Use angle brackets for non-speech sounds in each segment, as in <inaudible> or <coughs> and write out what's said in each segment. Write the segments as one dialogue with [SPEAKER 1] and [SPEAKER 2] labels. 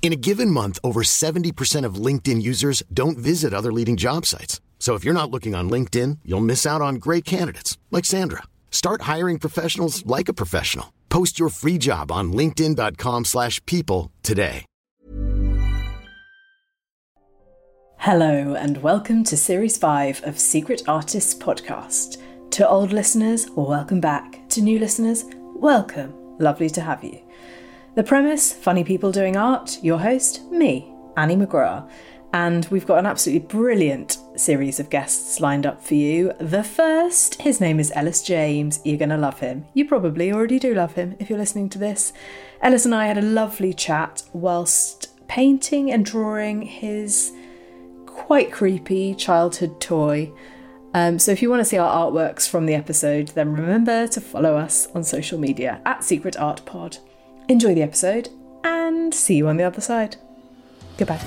[SPEAKER 1] In a given month, over 70% of LinkedIn users don't visit other leading job sites. So if you're not looking on LinkedIn, you'll miss out on great candidates like Sandra. Start hiring professionals like a professional. Post your free job on linkedin.com slash people today.
[SPEAKER 2] Hello and welcome to Series 5 of Secret Artists Podcast. To old listeners, welcome back. To new listeners, welcome. Lovely to have you. The premise funny people doing art, your host, me, Annie McGrath. And we've got an absolutely brilliant series of guests lined up for you. The first, his name is Ellis James. You're going to love him. You probably already do love him if you're listening to this. Ellis and I had a lovely chat whilst painting and drawing his quite creepy childhood toy. Um, so if you want to see our artworks from the episode, then remember to follow us on social media at Secret Art Pod. Enjoy the episode and see you on the other side. Goodbye.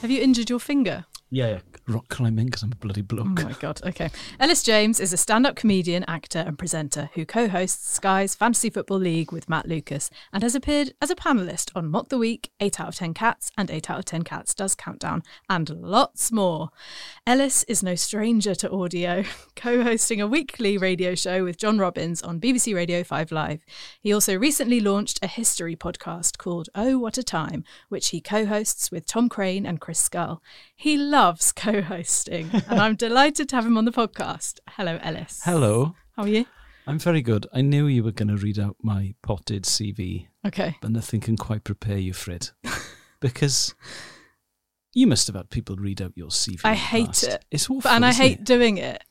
[SPEAKER 3] Have you injured your finger?
[SPEAKER 4] Yeah, yeah. rock climbing because I'm a bloody bloke.
[SPEAKER 3] Oh my god. Okay. Ellis James is a stand-up comedian, actor, and presenter who co-hosts Sky's Fantasy Football League with Matt Lucas and has appeared as a panelist on Mock the Week, 8 out of 10 Cats, and 8 out of 10 Cats Does Countdown, and lots more. Ellis is no stranger to audio, <laughs> co-hosting a weekly radio show with John Robbins on BBC Radio 5 Live. He also recently launched a history podcast called Oh What a Time, which he co-hosts with Tom Crane and Chris Scull. He loves <laughs> co-hosting, and I'm delighted to have him on the podcast. Hello, Ellis.
[SPEAKER 4] Hello.
[SPEAKER 3] How are you?
[SPEAKER 4] I'm very good. I knew you were going to read out my potted CV,
[SPEAKER 3] Okay.
[SPEAKER 4] but nothing can quite prepare you for
[SPEAKER 3] <laughs>
[SPEAKER 4] it. because you must have had people read out your CV.
[SPEAKER 3] I
[SPEAKER 4] in the
[SPEAKER 3] hate
[SPEAKER 4] past.
[SPEAKER 3] it.
[SPEAKER 4] It's
[SPEAKER 3] But-
[SPEAKER 4] awful.
[SPEAKER 3] and I
[SPEAKER 4] isn't
[SPEAKER 3] hate
[SPEAKER 4] it?
[SPEAKER 3] doing it.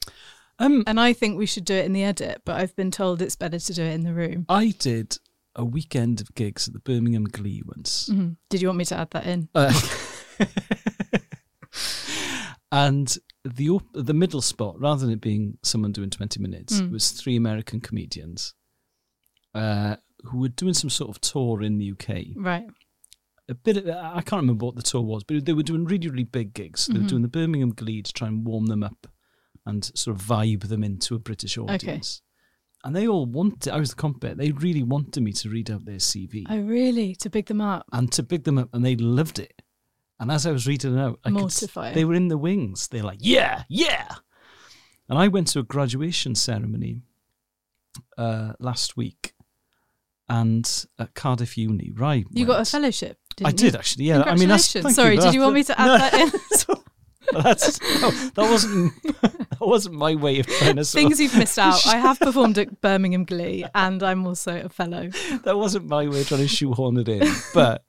[SPEAKER 4] Um,
[SPEAKER 3] And I think we should do it in the edit, but I've been told it's better to do it in the room.
[SPEAKER 4] I did a weekend of gigs at the Birmingham Glee once.
[SPEAKER 3] Mhm. Did you want me to add that in?
[SPEAKER 4] Uh, <laughs> and the op- the middle spot, rather than it being someone doing twenty minutes, was three American comedians uh, who were doing some sort of tour in the UK.
[SPEAKER 3] Right.
[SPEAKER 4] A bit, of, I can't remember what the tour was, but they were doing really really big gigs. They were doing the Birmingham Glee to try and warm them up and sort of vibe them into a British audience. And they all wanted. I was the comp bit. They really wanted me to read out their CV
[SPEAKER 3] Oh, really? To big them up.
[SPEAKER 4] and to big them up, and they loved it. And as I was reading it out, I could, s-
[SPEAKER 3] Mortifying.
[SPEAKER 4] they were in the wings. They're like, yeah, yeah. And I went to a graduation ceremony uh, last week, and at Cardiff Uni, right?
[SPEAKER 3] You got a fellowship. Didn't
[SPEAKER 4] I
[SPEAKER 3] you?
[SPEAKER 4] did actually. Yeah, I mean, that's,
[SPEAKER 3] Congratulations.
[SPEAKER 4] thank
[SPEAKER 3] Sorry,
[SPEAKER 4] but
[SPEAKER 3] did you want me
[SPEAKER 4] that's-
[SPEAKER 3] to add
[SPEAKER 4] <laughs> no,
[SPEAKER 3] that in?
[SPEAKER 4] that's no, that wasn't <laughs> that wasn't my way of trying
[SPEAKER 3] <laughs>
[SPEAKER 4] to sort of-
[SPEAKER 3] Things you've missed out. I have performed at
[SPEAKER 4] <laughs>
[SPEAKER 3] Birmingham Glee, and I'm also a fellow.
[SPEAKER 4] that wasn't my way of trying to shoehorn it in. But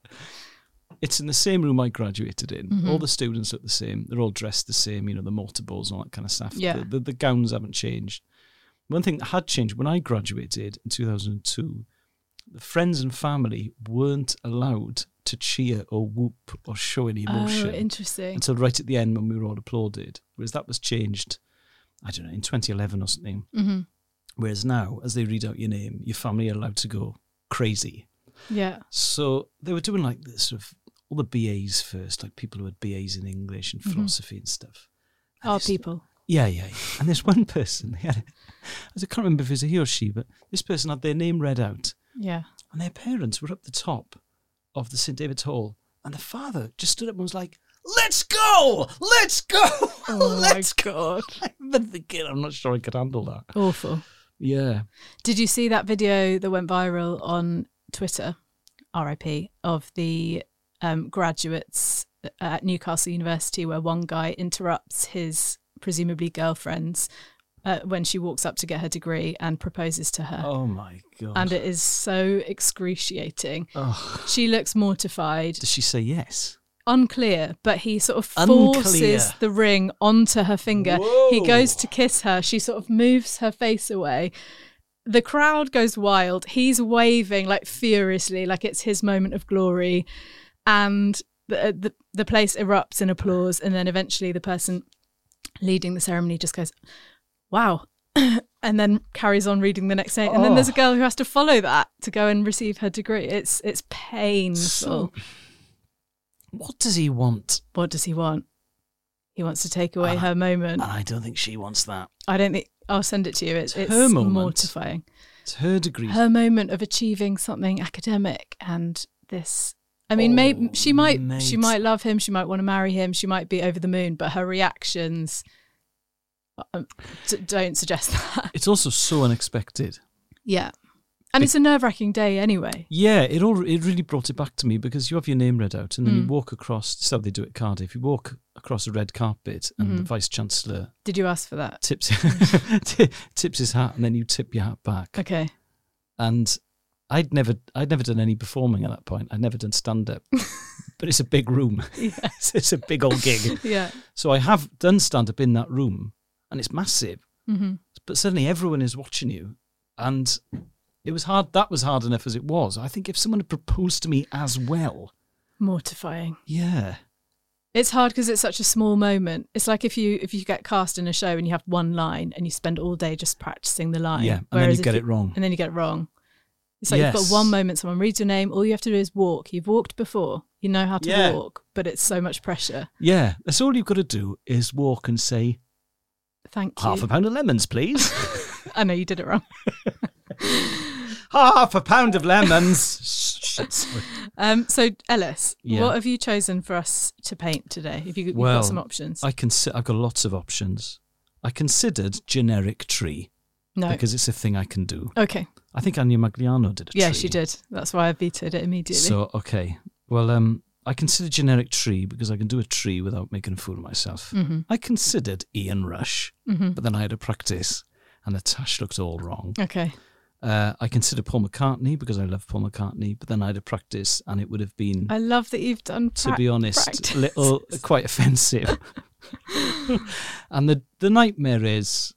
[SPEAKER 4] it's in the same room I graduated in.
[SPEAKER 3] Mm-hmm.
[SPEAKER 4] All the students look the same. They're all dressed the same, you know, the mortarballs and all that kind of stuff.
[SPEAKER 3] Yeah.
[SPEAKER 4] The, the, the gowns haven't changed. One thing that had changed when I graduated in 2002, the friends and family weren't allowed to cheer or whoop or show any emotion
[SPEAKER 3] Oh, interesting.
[SPEAKER 4] until right at the end when we were all applauded. Whereas that was changed, I don't know, in 2011 or something.
[SPEAKER 3] Mhm.
[SPEAKER 4] Whereas now, as they read out your name, your family are allowed to go crazy.
[SPEAKER 3] Yeah.
[SPEAKER 4] So they were doing like this sort of all the BAs first, like people who had BAs in English and philosophy and stuff. And
[SPEAKER 3] Our
[SPEAKER 4] this-
[SPEAKER 3] people.
[SPEAKER 4] Yeah, yeah, yeah. And this <laughs> one person, they had, I can't remember if it was a he or she, but this person had their name read out
[SPEAKER 3] Yeah.
[SPEAKER 4] and their parents were up the top of the St David's Hall, and the father just stood up and was like, "Let's go, let's go, <laughs>
[SPEAKER 3] Oh, my
[SPEAKER 4] let's go." I remember thinking, I'm not sure I could handle that.
[SPEAKER 3] Awful.
[SPEAKER 4] Yeah,
[SPEAKER 3] Did you see that video that went viral on Twitter, RIP, of the um, graduates at Newcastle University where one guy interrupts his presumably girlfriend's uh, when she walks up to get her degree and proposes to her?
[SPEAKER 4] Oh my god.
[SPEAKER 3] And it is so excruciating.
[SPEAKER 4] oh.
[SPEAKER 3] She looks mortified.
[SPEAKER 4] Does she say yes?
[SPEAKER 2] Unclear, but he sort of forces
[SPEAKER 4] Unclear.
[SPEAKER 2] the ring onto her finger. He
[SPEAKER 4] Whoa.
[SPEAKER 2] goes to kiss her. She sort of moves her face away. The crowd goes wild. He's waving like furiously, like it's his moment of glory. And the, uh, the, the place erupts in applause. And then eventually the person leading the ceremony just goes, wow. <coughs> and then carries on reading the next day. And then there's a
[SPEAKER 4] Oh.
[SPEAKER 2] girl who has to follow that to go and receive her degree. It's it's painful.
[SPEAKER 4] So- What does he want?
[SPEAKER 2] what does he want? He wants to take away
[SPEAKER 4] Uh,
[SPEAKER 2] her moment.
[SPEAKER 4] And I don't think she wants that.
[SPEAKER 2] I don't think I'll send it to you. It's,
[SPEAKER 4] It's
[SPEAKER 2] it's
[SPEAKER 4] her moment.
[SPEAKER 2] mortifying.
[SPEAKER 4] It's her degree.
[SPEAKER 2] Her moment of achieving something academic and this. I mean, maybe
[SPEAKER 4] Oh,
[SPEAKER 2] she might
[SPEAKER 4] mate.
[SPEAKER 2] she might love him. She might want to marry him. She might be over the moon. But her reactions um, d- don't suggest <laughs> that.
[SPEAKER 4] It's also so unexpected.
[SPEAKER 2] yeah, and it's a nerve wracking day anyway.
[SPEAKER 4] Yeah, it all it really brought it back to me because you have your name read out and then you walk across. It's how they do it at Cardiff. You walk across a red carpet and the vice chancellor
[SPEAKER 2] Did you ask for that?
[SPEAKER 4] tips <laughs> ti- tips his hat and then you tip your hat back.
[SPEAKER 2] Okay.
[SPEAKER 4] And I'd never I'd never done any performing at that point. I'd never done
[SPEAKER 2] <laughs>
[SPEAKER 4] stand up, but it's a big room. <laughs> It's- it's a big old
[SPEAKER 2] <laughs>
[SPEAKER 4] gig.
[SPEAKER 2] Yeah.
[SPEAKER 4] So I have done stand up in that room, and it's massive.
[SPEAKER 2] Mm-hmm.
[SPEAKER 4] But suddenly everyone is watching you, and it was hard. That was hard enough as it was. I think if someone had proposed to me as well,
[SPEAKER 2] Mortifying.
[SPEAKER 4] yeah,
[SPEAKER 2] It's hard because it's such a small moment. It's like if you if you get cast in a show and you have one line and you spend all day just practicing the line.
[SPEAKER 4] Yeah, and then
[SPEAKER 2] Whereas
[SPEAKER 4] you
[SPEAKER 2] if
[SPEAKER 4] get it wrong.
[SPEAKER 2] And then you get it wrong. It's like you've
[SPEAKER 4] Yes.
[SPEAKER 2] got one moment, someone reads your name, all you have to do is walk. You've walked before, you know how to
[SPEAKER 4] Yeah.
[SPEAKER 2] walk, but it's so much pressure.
[SPEAKER 4] yeah. That's all you've got to do is walk and say
[SPEAKER 2] Thank you.
[SPEAKER 4] half a pound of lemons, please.
[SPEAKER 2] <laughs> I know you did it wrong.
[SPEAKER 4] half a pound of lemons. <laughs> Shit, sorry.
[SPEAKER 2] Um, so Ellis,
[SPEAKER 4] Yeah.
[SPEAKER 2] what have you chosen for us to paint today? If you, you've
[SPEAKER 4] Well,
[SPEAKER 2] got some options.
[SPEAKER 4] I consi- I've got lots of options. I considered generic tree
[SPEAKER 2] no.
[SPEAKER 4] because it's a thing I can do.
[SPEAKER 2] okay.
[SPEAKER 4] I think Anya Magliano did a
[SPEAKER 2] Yeah,
[SPEAKER 4] tree.
[SPEAKER 2] she did. That's why I vetoed it immediately.
[SPEAKER 4] So okay, well, um, I consider generic tree because I can do a tree without making a fool of myself.
[SPEAKER 2] Mm-hmm.
[SPEAKER 4] I considered Ian Rush, but then I had to practice, and the tash looked all wrong.
[SPEAKER 2] okay.
[SPEAKER 4] Uh, I consider Paul McCartney because I love Paul McCartney, but then I had to practice, and it would have been,
[SPEAKER 2] I love that you've done.
[SPEAKER 4] to
[SPEAKER 2] prac-
[SPEAKER 4] be honest,
[SPEAKER 2] practice.
[SPEAKER 4] little
[SPEAKER 2] <laughs>
[SPEAKER 4] quite offensive. <laughs> and the the nightmare is,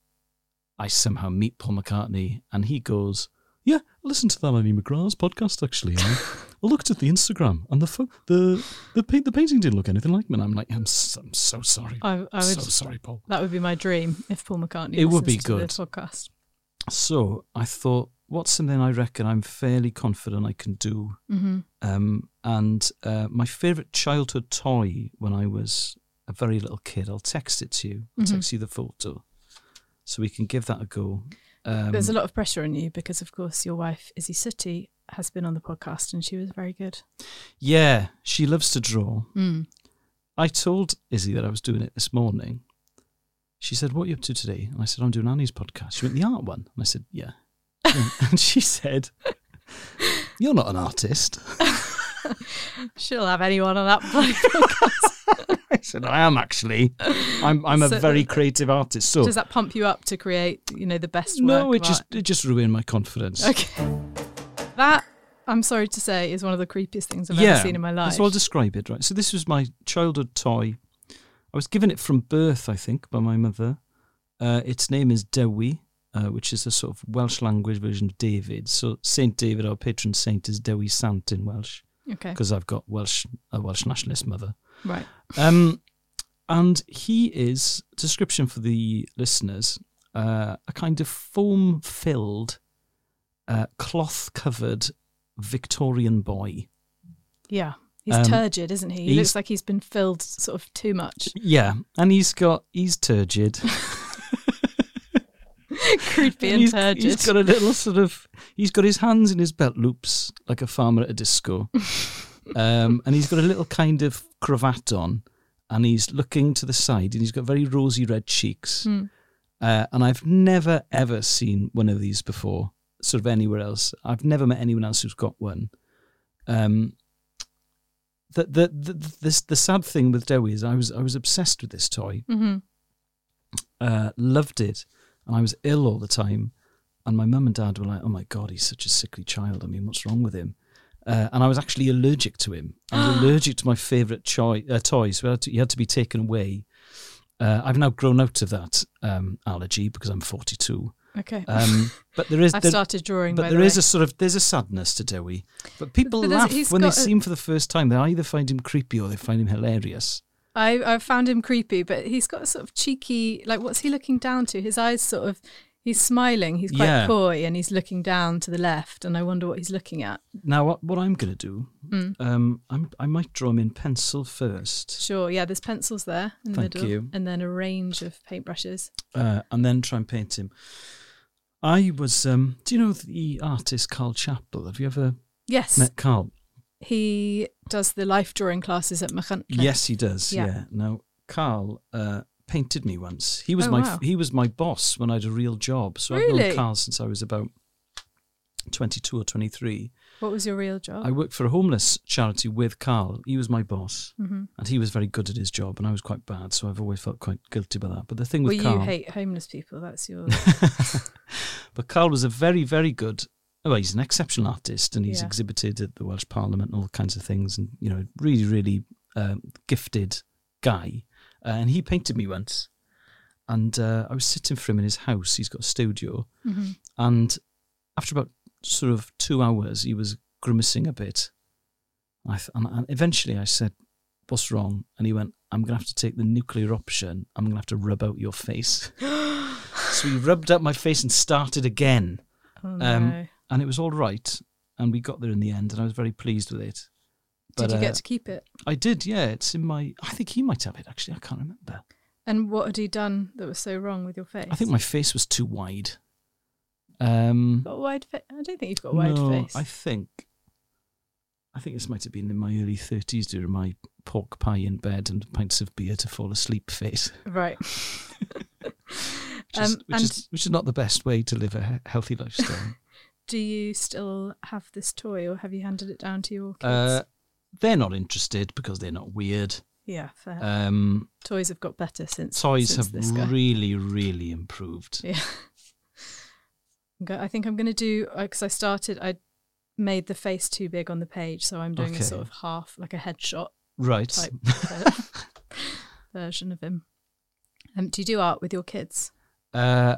[SPEAKER 4] I somehow meet Paul McCartney, and he goes, "Yeah, I listened to that Amy McGrath's podcast actually." and I <laughs> I looked at the Instagram and the pho- the the, pa- the painting didn't look anything like me. And I'm like, I'm so, I'm so sorry.
[SPEAKER 2] I, I would.
[SPEAKER 4] so sorry, Paul.
[SPEAKER 2] That would be my dream if Paul McCartney.
[SPEAKER 4] It would be
[SPEAKER 2] listens to the
[SPEAKER 4] good.
[SPEAKER 2] podcast.
[SPEAKER 4] So I thought, what's something I reckon I'm fairly confident I can do?
[SPEAKER 2] Mm-hmm.
[SPEAKER 4] Um, and uh, my favourite childhood toy when I was a very little kid, I'll text it to you. I'll
[SPEAKER 2] Mm-hmm.
[SPEAKER 4] text you the photo, so we can give that a go. Um,
[SPEAKER 2] There's a lot of pressure on you because, of course, your wife Izzy Sooty has been on the podcast and she was very good.
[SPEAKER 4] Yeah, she loves to draw.
[SPEAKER 2] Mm.
[SPEAKER 4] I told Izzy that I was doing it this morning. She said, What are you up to today? And I said, I'm doing Annie's podcast. She went, The art one. And I said, Yeah. <laughs> and she said, You're not an artist.
[SPEAKER 2] She'll have anyone on that <laughs> bloody podcast.
[SPEAKER 4] I said, I am actually. I'm, I'm a
[SPEAKER 2] So-
[SPEAKER 4] very creative artist. So,
[SPEAKER 2] Does that pump you up to create, you know, the best work?
[SPEAKER 4] no,
[SPEAKER 2] of
[SPEAKER 4] it just,
[SPEAKER 2] art?
[SPEAKER 4] it just ruined my confidence.
[SPEAKER 2] okay. That I'm sorry to say is one of the creepiest things I've ever seen in my life.
[SPEAKER 4] So I'll describe it, right? So this was my childhood toy. I was given it from birth, I think, by my mother. Uh, its name is Dewi, uh, which is a sort of Welsh language version of David. So Saint David, our patron saint, is Dewi Sant in Welsh
[SPEAKER 2] okay.
[SPEAKER 4] because I've got Welsh a Welsh nationalist mother.
[SPEAKER 2] Right.
[SPEAKER 4] Um, and he is description for the listeners: uh, a kind of foam-filled, uh, cloth-covered Victorian boy.
[SPEAKER 2] Yeah. He's
[SPEAKER 4] Um,
[SPEAKER 2] turgid, isn't he? He
[SPEAKER 4] he's-
[SPEAKER 2] looks like he's been filled sort of too much.
[SPEAKER 4] Yeah, and he's got he's turgid.
[SPEAKER 2] Creepy
[SPEAKER 4] And
[SPEAKER 2] and
[SPEAKER 4] <laughs> he's-
[SPEAKER 2] turgid.
[SPEAKER 4] he's got a little sort of he's got his hands in his belt loops like a farmer at a disco, um, and he's got a little kind of cravat on, and he's looking to the side, and he's got very rosy red cheeks, uh, and I've never ever seen one of these before, sort of anywhere else. I've never met anyone else who's got one. Um, the the the the, the sad thing with Dowie is I was I was obsessed with this toy. Uh, loved it, and I was ill all the time. And my mum and dad were like, "Oh my god, he's such a sickly child. I mean, what's wrong with him?" Uh, and I was actually allergic to him. I
[SPEAKER 2] <gasps>
[SPEAKER 4] was allergic to my favourite choi- uh, toys. So I had to- he had to be taken away. Uh, I've now grown out of that um, allergy because I'm 42.
[SPEAKER 2] Okay. <laughs>
[SPEAKER 4] Um, but there is
[SPEAKER 2] I've
[SPEAKER 4] there-
[SPEAKER 2] started drawing,
[SPEAKER 4] But
[SPEAKER 2] by
[SPEAKER 4] there is
[SPEAKER 2] the way.
[SPEAKER 4] a sort of there's a sadness to Dewey. But people
[SPEAKER 2] But there's-
[SPEAKER 4] laugh
[SPEAKER 2] he's
[SPEAKER 4] when they
[SPEAKER 2] got a-
[SPEAKER 4] see him for the first time. They either find him creepy or they find him hilarious.
[SPEAKER 2] I I found him creepy, but he's got a sort of cheeky like what's he looking down to? His eyes sort of he's smiling, he's quite
[SPEAKER 4] Yeah.
[SPEAKER 2] coy and he's looking down to the left and I wonder what he's looking at.
[SPEAKER 4] Now, what, what I'm going to do,
[SPEAKER 2] Hmm.
[SPEAKER 4] um, I'm, I might draw him in pencil first,
[SPEAKER 2] Sure, yeah, there's pencils there in the
[SPEAKER 4] Thank
[SPEAKER 2] middle
[SPEAKER 4] you.
[SPEAKER 2] and then a range of paintbrushes.
[SPEAKER 4] uh, and then try and paint him. I was. Um, do you know the artist Carl Chappell? Have you ever
[SPEAKER 2] Yes.
[SPEAKER 4] met Carl?
[SPEAKER 2] He does the life drawing classes at Machantle.
[SPEAKER 4] Yes, he does.
[SPEAKER 2] Yeah.
[SPEAKER 4] Yeah. Now, Carl uh, painted me once. He was
[SPEAKER 2] Oh,
[SPEAKER 4] my
[SPEAKER 2] wow.
[SPEAKER 4] he was my boss when I had a real job. So I've
[SPEAKER 2] Really?
[SPEAKER 4] known Carl since I was about twenty two or twenty three.
[SPEAKER 2] What was your real job?
[SPEAKER 4] I worked for a homeless charity with Carl. He was my boss,
[SPEAKER 2] Mm-hmm.
[SPEAKER 4] and he was very good at his job, and I was quite bad. So I've always felt quite guilty about that. But the thing
[SPEAKER 2] well,
[SPEAKER 4] with Carl,
[SPEAKER 2] you hate homeless people. That's
[SPEAKER 4] <laughs>
[SPEAKER 2] your
[SPEAKER 4] but Carl was a very, very good. Well, he's an exceptional artist, and he's
[SPEAKER 2] Yeah.
[SPEAKER 4] exhibited at the Welsh Parliament and all kinds of things, and you know, really, really um, gifted guy. Uh, and he painted me once, and uh, I was sitting for him in his house. He's got a studio, and after about sort of two hours, he was grimacing a bit. I th- and, and eventually, I said, "What's wrong?" And he went, "I'm going to have to take the nuclear option. I'm going to have to rub out your face." so he rubbed out my face and started again.
[SPEAKER 2] oh,
[SPEAKER 4] Um,
[SPEAKER 2] no.
[SPEAKER 4] and it was all right. And we got there in the end, and I was very pleased with it.
[SPEAKER 2] Did you
[SPEAKER 4] uh,
[SPEAKER 2] get to keep it?
[SPEAKER 4] I did, yeah. It's in my. I think he might have it actually. I can't remember.
[SPEAKER 2] And what had he done that was so wrong with your face?
[SPEAKER 4] I think my face was too wide. Um,
[SPEAKER 2] got a wide face. I don't think you've got a wide
[SPEAKER 4] no,
[SPEAKER 2] face.
[SPEAKER 4] I think. I think this might have been in my early thirties during my pork pie in bed and pints of beer to fall asleep phase,
[SPEAKER 2] Right.
[SPEAKER 4] which, is,
[SPEAKER 2] Um,
[SPEAKER 4] which,
[SPEAKER 2] and-
[SPEAKER 4] is, which is not the best way to live a he- healthy lifestyle.
[SPEAKER 2] <laughs> Do you still have this toy, or have you handed it down to your kids?
[SPEAKER 4] uh, they're not interested because they're not weird.
[SPEAKER 2] yeah, fair.
[SPEAKER 4] Um,
[SPEAKER 2] toys have got better since.
[SPEAKER 4] toys
[SPEAKER 2] since
[SPEAKER 4] have
[SPEAKER 2] this guy.
[SPEAKER 4] really, really improved.
[SPEAKER 2] Yeah. I'm go- I think I'm going to do because I started. I made the face too big on the page, so I'm doing
[SPEAKER 4] Okay.
[SPEAKER 2] a sort of half, like a
[SPEAKER 4] <laughs>
[SPEAKER 2] headshot
[SPEAKER 4] Right.
[SPEAKER 2] type ver- version of him. Um, do you do art with your kids?
[SPEAKER 4] Uh,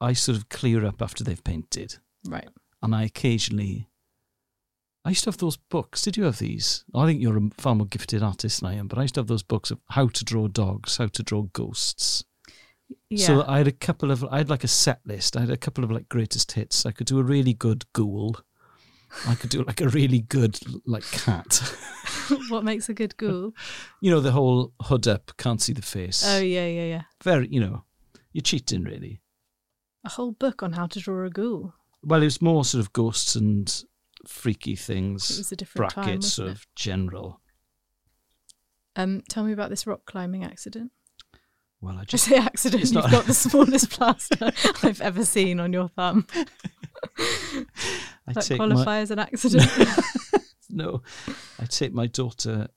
[SPEAKER 4] I sort of clear up after they've painted,
[SPEAKER 2] Right.
[SPEAKER 4] and I occasionally. I used to have those books. Did you have these? I think you're a far more gifted artist than I am, but I used to have those books of how to draw dogs, how to draw ghosts.
[SPEAKER 2] Yeah.
[SPEAKER 4] So uh, I had a couple of, I had like a set list. I had a couple of like greatest hits. I could do a really good ghoul. I could do like a really good like cat.
[SPEAKER 2] <laughs>
[SPEAKER 4] <laughs>
[SPEAKER 2] what makes a good ghoul?
[SPEAKER 4] You know the whole hood up, can't see the face.
[SPEAKER 2] Oh yeah, yeah, yeah.
[SPEAKER 4] very, you know, you're cheating really.
[SPEAKER 2] A whole book on how to draw a ghoul.
[SPEAKER 4] Well, it was more sort of ghosts and freaky things.
[SPEAKER 2] It was a different time,
[SPEAKER 4] brackets
[SPEAKER 2] wasn't
[SPEAKER 4] of general.
[SPEAKER 2] Um, tell me about this rock climbing accident.
[SPEAKER 4] Well,
[SPEAKER 2] <laughs>
[SPEAKER 4] I
[SPEAKER 2] I
[SPEAKER 4] just
[SPEAKER 2] say accident.
[SPEAKER 4] It's
[SPEAKER 2] You've
[SPEAKER 4] not-
[SPEAKER 2] got
[SPEAKER 4] <laughs>
[SPEAKER 2] the smallest plaster I've ever seen on your thumb.
[SPEAKER 4] I
[SPEAKER 2] that
[SPEAKER 4] take
[SPEAKER 2] qualifies
[SPEAKER 4] my
[SPEAKER 2] as an
[SPEAKER 4] <laughs>
[SPEAKER 2] accident.
[SPEAKER 4] no, I take my daughter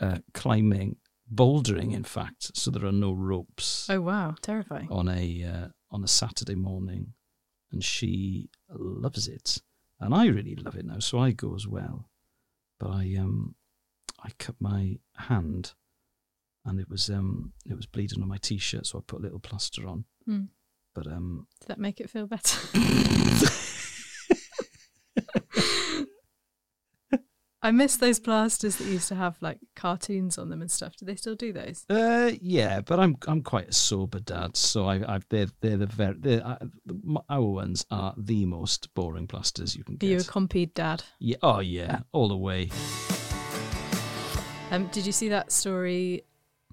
[SPEAKER 4] uh, climbing bouldering. In fact, so there are no ropes
[SPEAKER 2] oh wow, terrifying.
[SPEAKER 4] on a uh, on a Saturday morning, and she loves it, and I really love it now. So I go as well, but I um I cut my hand, and it was um it was bleeding on my t-shirt, so I put a little plaster on.
[SPEAKER 2] Hmm.
[SPEAKER 4] But um
[SPEAKER 2] Did that make it feel
[SPEAKER 4] <laughs>
[SPEAKER 2] better? I miss those plasters that used to have like cartoons on them and stuff. Do they still do those?
[SPEAKER 4] uh yeah, but I'm I'm quite a sober dad, so I I they're they're the very they're, I, my- our ones are the most boring plasters you can
[SPEAKER 2] Are
[SPEAKER 4] get.
[SPEAKER 2] you a compied dad?
[SPEAKER 4] yeah, oh yeah, all the way.
[SPEAKER 2] Um, did you see that story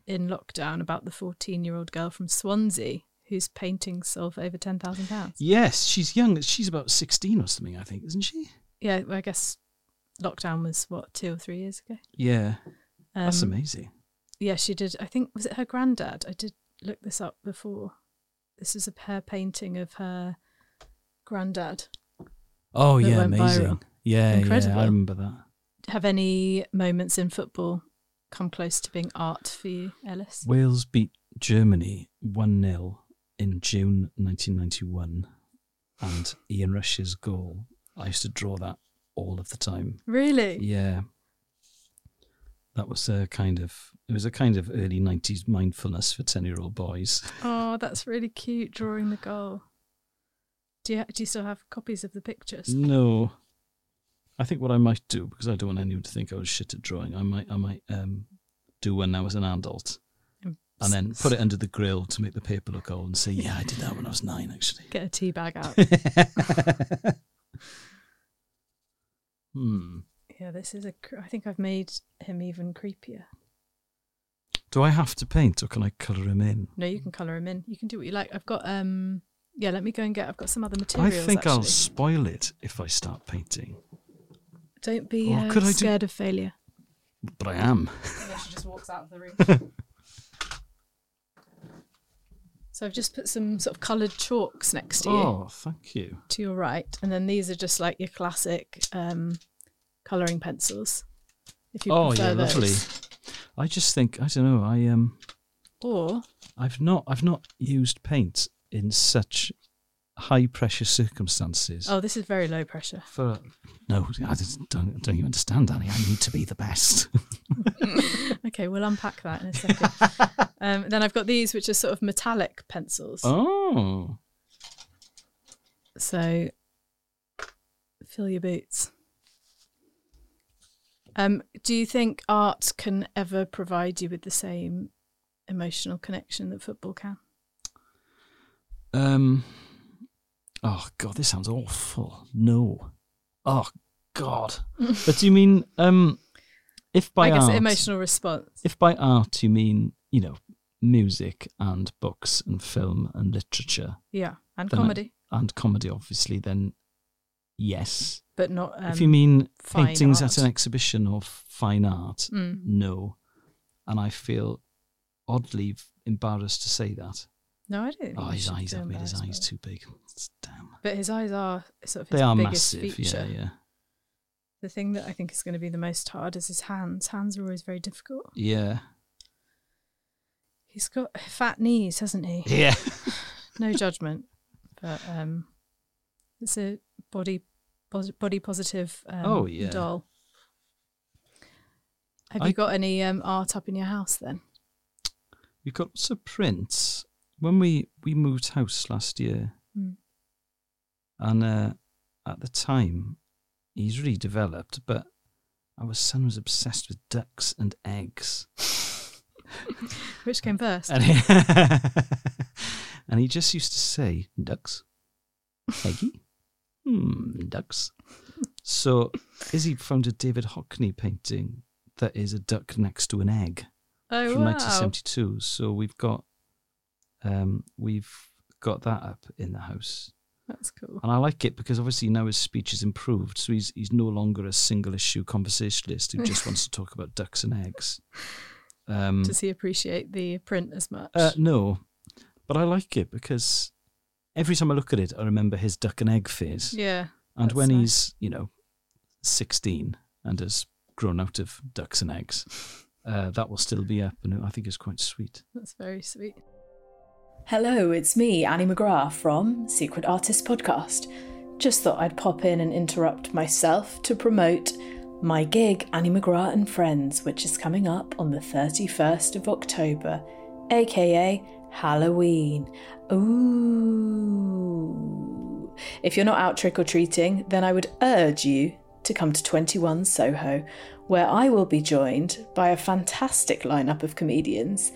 [SPEAKER 2] in lockdown about the 14 year old girl from Swansea whose paintings sold for over £10,000?
[SPEAKER 4] Yes, she's young. She's about 16 or something, I think, isn't she?
[SPEAKER 2] Yeah, well, I guess lockdown was what, two or three years ago?
[SPEAKER 4] Yeah.
[SPEAKER 2] Um,
[SPEAKER 4] That's amazing.
[SPEAKER 2] Yeah, she did. I think, was it her granddad? I did look this up before. This is a pair painting of her granddad.
[SPEAKER 4] Oh,
[SPEAKER 2] that
[SPEAKER 4] yeah,
[SPEAKER 2] went
[SPEAKER 4] amazing.
[SPEAKER 2] viral.
[SPEAKER 4] Yeah,
[SPEAKER 2] Incredible.
[SPEAKER 4] yeah, I remember that.
[SPEAKER 2] Have any moments in football come close to being art for you, Ellis?
[SPEAKER 4] Wales beat Germany 1 0 in June 1991, and Ian Rush's goal. I used to draw that all of the time.
[SPEAKER 3] Really?
[SPEAKER 4] Yeah. That was a kind of it was a kind of early nineties mindfulness for ten year old boys.
[SPEAKER 3] Oh, that's really cute. Drawing the goal. Do you do you still have copies of the pictures?
[SPEAKER 4] No. I think what I might do, because I don't want anyone to think I was shit at drawing, I might I might um do when I was an adult. And then put it under the grill to make the paper look old and say, Yeah, I did that when I was nine
[SPEAKER 3] <laughs>
[SPEAKER 4] actually.
[SPEAKER 3] Get a tea
[SPEAKER 4] <laughs>
[SPEAKER 3] bag out.
[SPEAKER 4] Hmm.
[SPEAKER 3] yeah, this is a. cr- I think I've made him even creepier.
[SPEAKER 4] Do I have to paint or can I colour him in?
[SPEAKER 3] No, you can colour him in. You can do what you like. I've got um. Yeah, let me go and get. I've got some other
[SPEAKER 4] I
[SPEAKER 3] materials.
[SPEAKER 4] think I'll
[SPEAKER 3] actually.
[SPEAKER 4] spoil it if I start painting.
[SPEAKER 3] Don't be
[SPEAKER 4] Or
[SPEAKER 3] uh,
[SPEAKER 4] Oh, could I do-
[SPEAKER 3] scared of <laughs> failure.
[SPEAKER 4] But I am.
[SPEAKER 3] she just walks out of the room. <laughs> so I've just put some sort of coloured chalks next to you,
[SPEAKER 4] Oh, thank you.
[SPEAKER 3] to your right, and then these are just like your classic um, colouring pencils. If you
[SPEAKER 4] Oh
[SPEAKER 3] prefer
[SPEAKER 4] yeah,
[SPEAKER 3] those.
[SPEAKER 4] lovely. I just think I don't know, I um
[SPEAKER 3] Or
[SPEAKER 4] I've not I've not used paint in such high pressure circumstances.
[SPEAKER 3] oh, this is very low pressure. <laughs>
[SPEAKER 4] For no, I just don't don't you understand, Danny? I need to be the best. <laughs>
[SPEAKER 3] Okay, we'll unpack that in a second.
[SPEAKER 4] <laughs>
[SPEAKER 3] um, then I've got these, which are sort of metallic pencils.
[SPEAKER 4] oh,
[SPEAKER 3] So fill your boots. Um, do you think art can ever provide you with the same emotional connection that football can?
[SPEAKER 4] um, oh God, this sounds awful. No, oh
[SPEAKER 3] <laughs>
[SPEAKER 4] God. but do you mean um, if by
[SPEAKER 3] I guess
[SPEAKER 4] art,
[SPEAKER 3] emotional response.
[SPEAKER 4] if by art you mean you know music and books and film and literature
[SPEAKER 3] Yeah, and
[SPEAKER 4] then I-
[SPEAKER 3] comedy,
[SPEAKER 4] and comedy, obviously, then yes.
[SPEAKER 3] but not. Um,
[SPEAKER 4] if you mean
[SPEAKER 3] fine
[SPEAKER 4] paintings
[SPEAKER 3] art.
[SPEAKER 4] at an exhibition of fine art,
[SPEAKER 3] Mm.
[SPEAKER 4] no. And I feel oddly v- embarrassed to say that.
[SPEAKER 3] No, I don't.
[SPEAKER 4] Oh,
[SPEAKER 3] think
[SPEAKER 4] his
[SPEAKER 3] you should
[SPEAKER 4] eyes,
[SPEAKER 3] feel
[SPEAKER 4] I've made his
[SPEAKER 3] embarrassed
[SPEAKER 4] eyes
[SPEAKER 3] by
[SPEAKER 4] too big. It's- damn.
[SPEAKER 3] that. But his eyes are sort of his
[SPEAKER 4] they are
[SPEAKER 3] biggest
[SPEAKER 4] massive.
[SPEAKER 3] feature.
[SPEAKER 4] Yeah, yeah.
[SPEAKER 3] The thing that I think is going to be the most hard is his hands. Hands are always very difficult.
[SPEAKER 4] Yeah.
[SPEAKER 3] He's got fat knees, hasn't he?
[SPEAKER 4] Yeah. <laughs>
[SPEAKER 3] no judgment, but um, it's a body pos- body positive um,
[SPEAKER 4] Oh, yeah.
[SPEAKER 3] doll. Have
[SPEAKER 4] I-
[SPEAKER 3] you got any um, art up in your house then?
[SPEAKER 4] We've got lots of prints. When we, we moved house last year,
[SPEAKER 3] Mm.
[SPEAKER 4] and uh, at the time, he's really developed, but our son was obsessed with ducks and eggs.
[SPEAKER 3] Which came first?
[SPEAKER 4] And he, <laughs> and he just used to say, ducks, eggy, hmm, ducks. So Izzy found a David Hockney painting that is a duck next to an egg
[SPEAKER 3] oh
[SPEAKER 4] from
[SPEAKER 3] wow!
[SPEAKER 4] 1972. So we've got, um, we've got that up in the house.
[SPEAKER 3] That's cool.
[SPEAKER 4] And I like it because obviously now his speech has improved. So he's, he's no longer a single issue conversationalist who just wants to talk about ducks and eggs.
[SPEAKER 3] <laughs>
[SPEAKER 4] Um,
[SPEAKER 3] Does he appreciate the print as much?
[SPEAKER 4] uh, no, but I like it because every time I look at it, I remember his duck and egg phase.
[SPEAKER 3] yeah.
[SPEAKER 4] and
[SPEAKER 3] that's
[SPEAKER 4] when
[SPEAKER 3] nice.
[SPEAKER 4] he's, you know, 16 and has grown out of ducks and eggs,
[SPEAKER 3] <laughs>
[SPEAKER 4] uh, that will still be up. And I think it's quite sweet.
[SPEAKER 3] that's very sweet.
[SPEAKER 2] Hello, it's me, Annie McGrath from Secret Artist Podcast. Just thought I'd pop in and interrupt myself to promote my gig, Annie McGrath and Friends, which is coming up on the 31st of October, aka Halloween. Ooh. If you're not out trick or treating, then I would urge you to come to 21 Soho, where I will be joined by a fantastic lineup of comedians.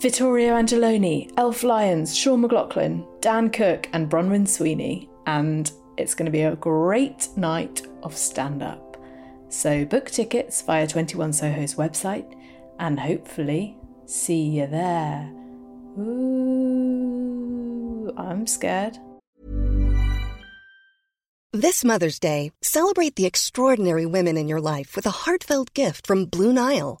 [SPEAKER 2] Vittorio Angeloni, Elf Lyons, Sean McLaughlin, Dan Cook, and Bronwyn Sweeney. And it's going to be a great night of stand up. So book tickets via 21 Soho's website and hopefully see you there. Ooh, I'm scared.
[SPEAKER 5] This Mother's Day, celebrate the extraordinary women in your life with a heartfelt gift from Blue Nile.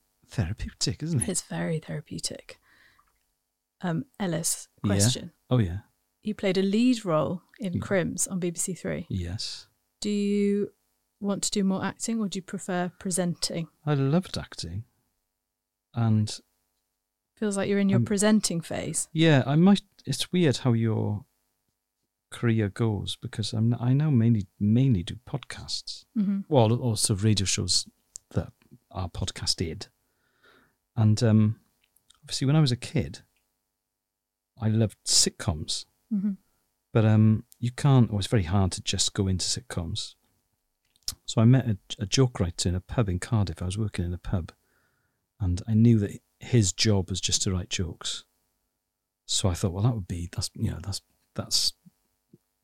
[SPEAKER 4] therapeutic, isn't it?
[SPEAKER 3] It's very therapeutic. Um, Ellis,
[SPEAKER 4] Yeah.
[SPEAKER 3] question.
[SPEAKER 4] Oh yeah.
[SPEAKER 3] You played a lead role in Crims on BBC Three.
[SPEAKER 4] Yes.
[SPEAKER 3] Do you want to do more acting or do you prefer presenting?
[SPEAKER 4] I loved acting. And
[SPEAKER 3] Feels like you're in your
[SPEAKER 4] Um,
[SPEAKER 3] presenting phase.
[SPEAKER 4] yeah, I might it's weird how your career goes because I'm I now mainly mainly do podcasts.
[SPEAKER 3] hmm
[SPEAKER 4] Well, also radio shows that are podcasted. And um obviously when I was a kid I loved sitcoms.
[SPEAKER 3] hmm
[SPEAKER 4] But um, you can't, or it's very hard to just go into sitcoms. So I met a, a joke writer in a pub in Cardiff. I was working in a pub, and I knew that his job was just to write jokes. So I thought, well, that would be that's you know that's that's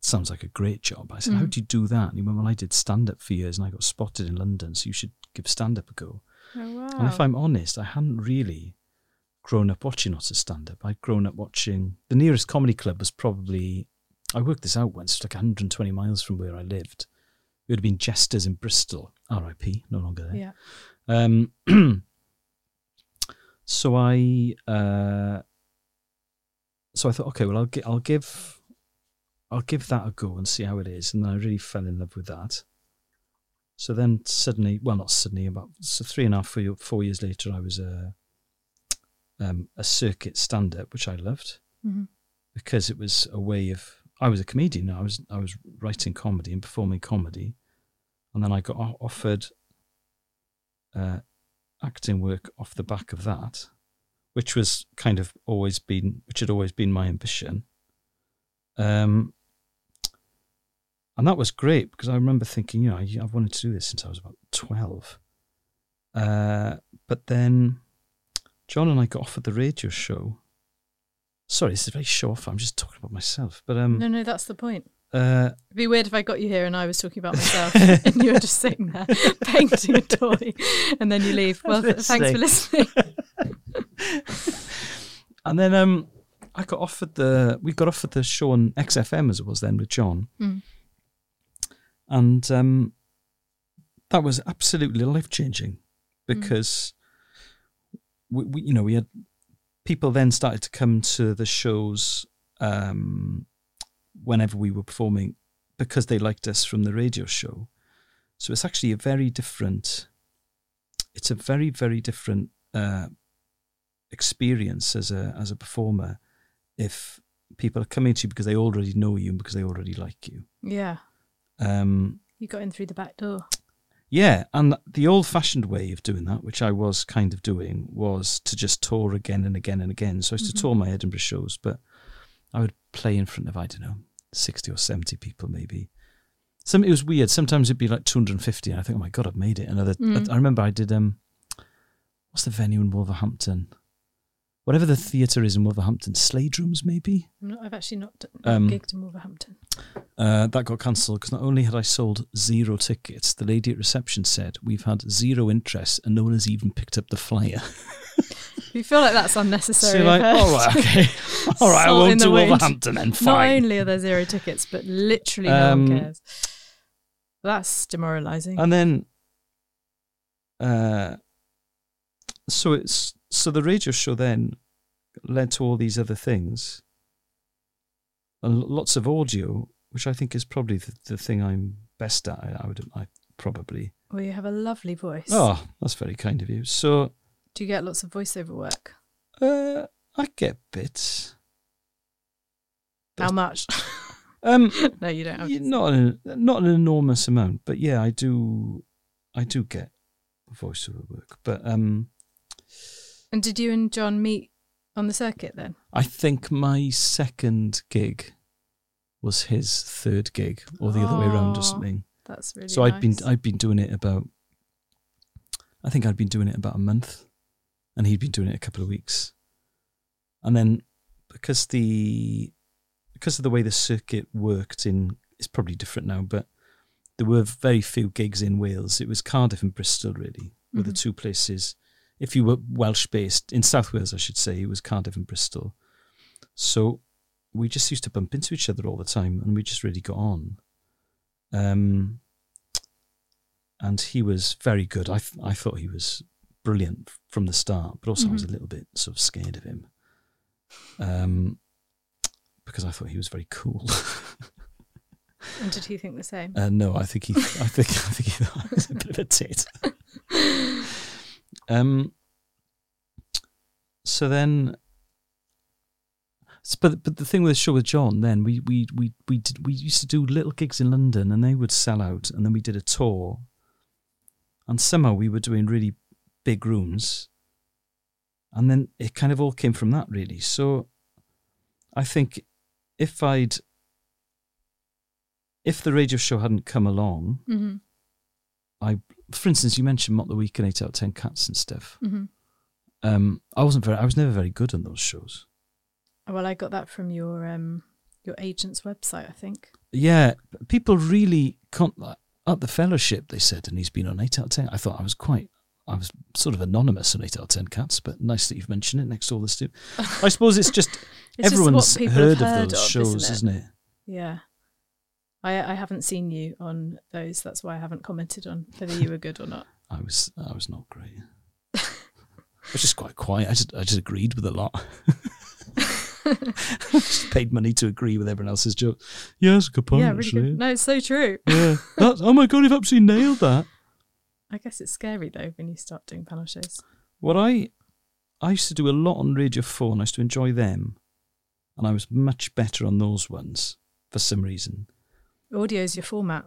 [SPEAKER 4] sounds like a great job. I said, how
[SPEAKER 3] Mm.
[SPEAKER 4] do you do that? And he went, well, I did stand up for years, and I got spotted in London, so you should give stand up a go.
[SPEAKER 3] Oh wow.
[SPEAKER 4] And if I'm honest, I hadn't really grown up watching lots of stand up. I'd grown up watching the nearest comedy club was probably I worked this out once, it's like 120 miles from where I lived. It would have been Jesters in Bristol, R.I.P. No longer there.
[SPEAKER 3] yeah.
[SPEAKER 4] Um, <clears throat> so I, uh, so I thought, okay, well, I'll gi- I'll give, I'll give that a go and see how it is, and then I really fell in love with that. So then suddenly, well, not suddenly, about so three and a half, four, year- four years later, I was a, um, a circuit stand-up, which I loved
[SPEAKER 3] hmm
[SPEAKER 4] because it was a way of I was a comedian. I was I was writing comedy and performing comedy, and then I got o- offered uh, acting work off the back of that, which was kind of always been which had always been my ambition. Um, and that was great because I remember thinking, you know, I, I've wanted to do this since I was about twelve. Uh, but then John and I got offered the radio show. Sorry, this is very show off. I'm just talking about myself. But um,
[SPEAKER 3] No, no, that's the point.
[SPEAKER 4] uh,
[SPEAKER 3] It'd be weird if I got you here and I was talking about myself and <laughs> you were just
[SPEAKER 4] <laughs>
[SPEAKER 3] sitting there painting a toy and then you leave. Well, th- thanks for listening.
[SPEAKER 4] and then um, I got offered the we got offered the show on XFM as it was then with John,
[SPEAKER 3] Mm.
[SPEAKER 4] and um, that was absolutely life changing because we, we you know we had people then started to come to the shows um, whenever we were performing because they liked us from the radio show. So it's actually a very different. It's a very very different uh, experience as a as a performer if people are coming to you because they already know you and because they already like you.
[SPEAKER 3] Yeah.
[SPEAKER 4] Um,
[SPEAKER 3] You got in through the back door.
[SPEAKER 4] yeah, and the old fashioned way of doing that, which I was kind of doing, was to just tour again and again and again. So I used to tour my Edinburgh shows, but I would play in front of, I don't know, 60 or 70 people maybe. Some, it was weird. Sometimes it'd be like 250, and I think, oh my God, I've made it. Another, I, I remember I did, um, what's the venue in Wolverhampton? Whatever the theatre is in Wolverhampton, Slade Rooms maybe?
[SPEAKER 3] I'm not, I've actually not d-
[SPEAKER 4] Um,
[SPEAKER 3] gigged in Wolverhampton.
[SPEAKER 4] Uh, that got cancelled because not only had I sold zero tickets, the lady at reception said, We've had zero interest and no one has even picked up the
[SPEAKER 3] <laughs>
[SPEAKER 4] flyer.
[SPEAKER 3] You feel like that's
[SPEAKER 4] so
[SPEAKER 3] unnecessary.
[SPEAKER 4] you're
[SPEAKER 3] of
[SPEAKER 4] like,
[SPEAKER 3] her
[SPEAKER 4] All right, oh,
[SPEAKER 3] to <laughs>
[SPEAKER 4] okay. All right, I
[SPEAKER 3] salt in
[SPEAKER 4] won't
[SPEAKER 3] the
[SPEAKER 4] do
[SPEAKER 3] wound.
[SPEAKER 4] Wolverhampton then.
[SPEAKER 3] Not
[SPEAKER 4] Fine.
[SPEAKER 3] only are there zero tickets, but literally no
[SPEAKER 4] Um,
[SPEAKER 3] one cares. That's demoralising.
[SPEAKER 4] And then, uh, so it's so the radio show then led to all these other things, and l- lots of audio, which I think is probably the, the thing I'm best at. I, I would, I probably.
[SPEAKER 3] well, you have a lovely voice.
[SPEAKER 4] Oh, that's very kind of you. So.
[SPEAKER 3] Do you get lots of voiceover work?
[SPEAKER 4] Uh, I get bits.
[SPEAKER 3] How much? <laughs>
[SPEAKER 4] Um,
[SPEAKER 3] no, you don't. Have,
[SPEAKER 4] yeah, not an not an enormous amount, but yeah, I do, I do get voiceover work. But um,
[SPEAKER 3] And did you and John meet on the circuit then?
[SPEAKER 4] I think my second gig was his third gig, or the other way around, or
[SPEAKER 3] Aw.
[SPEAKER 4] something.
[SPEAKER 3] That's really
[SPEAKER 4] so I'd been
[SPEAKER 3] nice.
[SPEAKER 4] I'd been doing it about I think I'd been doing it about a month and he'd been doing it a couple of weeks. And then because the because of the way the circuit worked in it's probably different now, but there were very few gigs in Wales. It was Cardiff and Bristol really were
[SPEAKER 3] Mm-hmm.
[SPEAKER 4] the two places. If you were Welsh based in South Wales, I should say, it was Cardiff and Bristol. So we just used to bump into each other all the time, and we just really got on. Um, and he was very good. I th- I thought he was brilliant f- from the start, but also I was a little bit sort of scared of him, um, because I thought he was very cool. <laughs>
[SPEAKER 3] and did he think the same?
[SPEAKER 4] Uh, no, I think he. I think. I think he <laughs> thought I was a bit of a tit. um. So then. s- But but the thing with the show with John, then we we we we did we used to do little gigs in London, and they would sell out, and then we did a tour. And somehow we were doing really big rooms. And then it kind of all came from that, really. So, I think if I'd if the radio show hadn't come along,
[SPEAKER 3] Mm-hmm.
[SPEAKER 4] I, for instance, you mentioned Mot the Week and Eight Out of Ten Cats and stuff.
[SPEAKER 3] Mm-hmm.
[SPEAKER 4] Um, I wasn't very, I was never very good on those shows.
[SPEAKER 3] Well, I got that from your um your agent's website, I think.
[SPEAKER 4] Yeah, people really can't at the fellowship. They said, and he's been on Eight Out of Ten. I thought I was quite, I was sort of anonymous on Eight Out of Ten Cats, but nice that you've mentioned it next to all this too. I suppose it's just
[SPEAKER 3] <laughs> It's just
[SPEAKER 4] everyone's
[SPEAKER 3] what people
[SPEAKER 4] heard,
[SPEAKER 3] have
[SPEAKER 4] of
[SPEAKER 3] heard
[SPEAKER 4] those
[SPEAKER 3] of,
[SPEAKER 4] shows,
[SPEAKER 3] isn't it?
[SPEAKER 4] isn't it?
[SPEAKER 3] Yeah. I I haven't seen you on those. That's why I haven't commented on whether you were good or not. <laughs>
[SPEAKER 4] I was I was not great. I was just quite quiet. I just I just agreed with a lot. <laughs> just paid money to agree with everyone else's joke. Yeah, that's a good point.
[SPEAKER 3] yeah, really
[SPEAKER 4] actually.
[SPEAKER 3] good. No, it's so true.
[SPEAKER 4] Yeah. That's, oh my god, you've absolutely nailed that.
[SPEAKER 3] I guess it's scary though when you start doing panel shows.
[SPEAKER 4] What I I used to do a lot on Radio Four, and I used to enjoy them, and I was much better on those ones for some reason.
[SPEAKER 3] Audio is your format.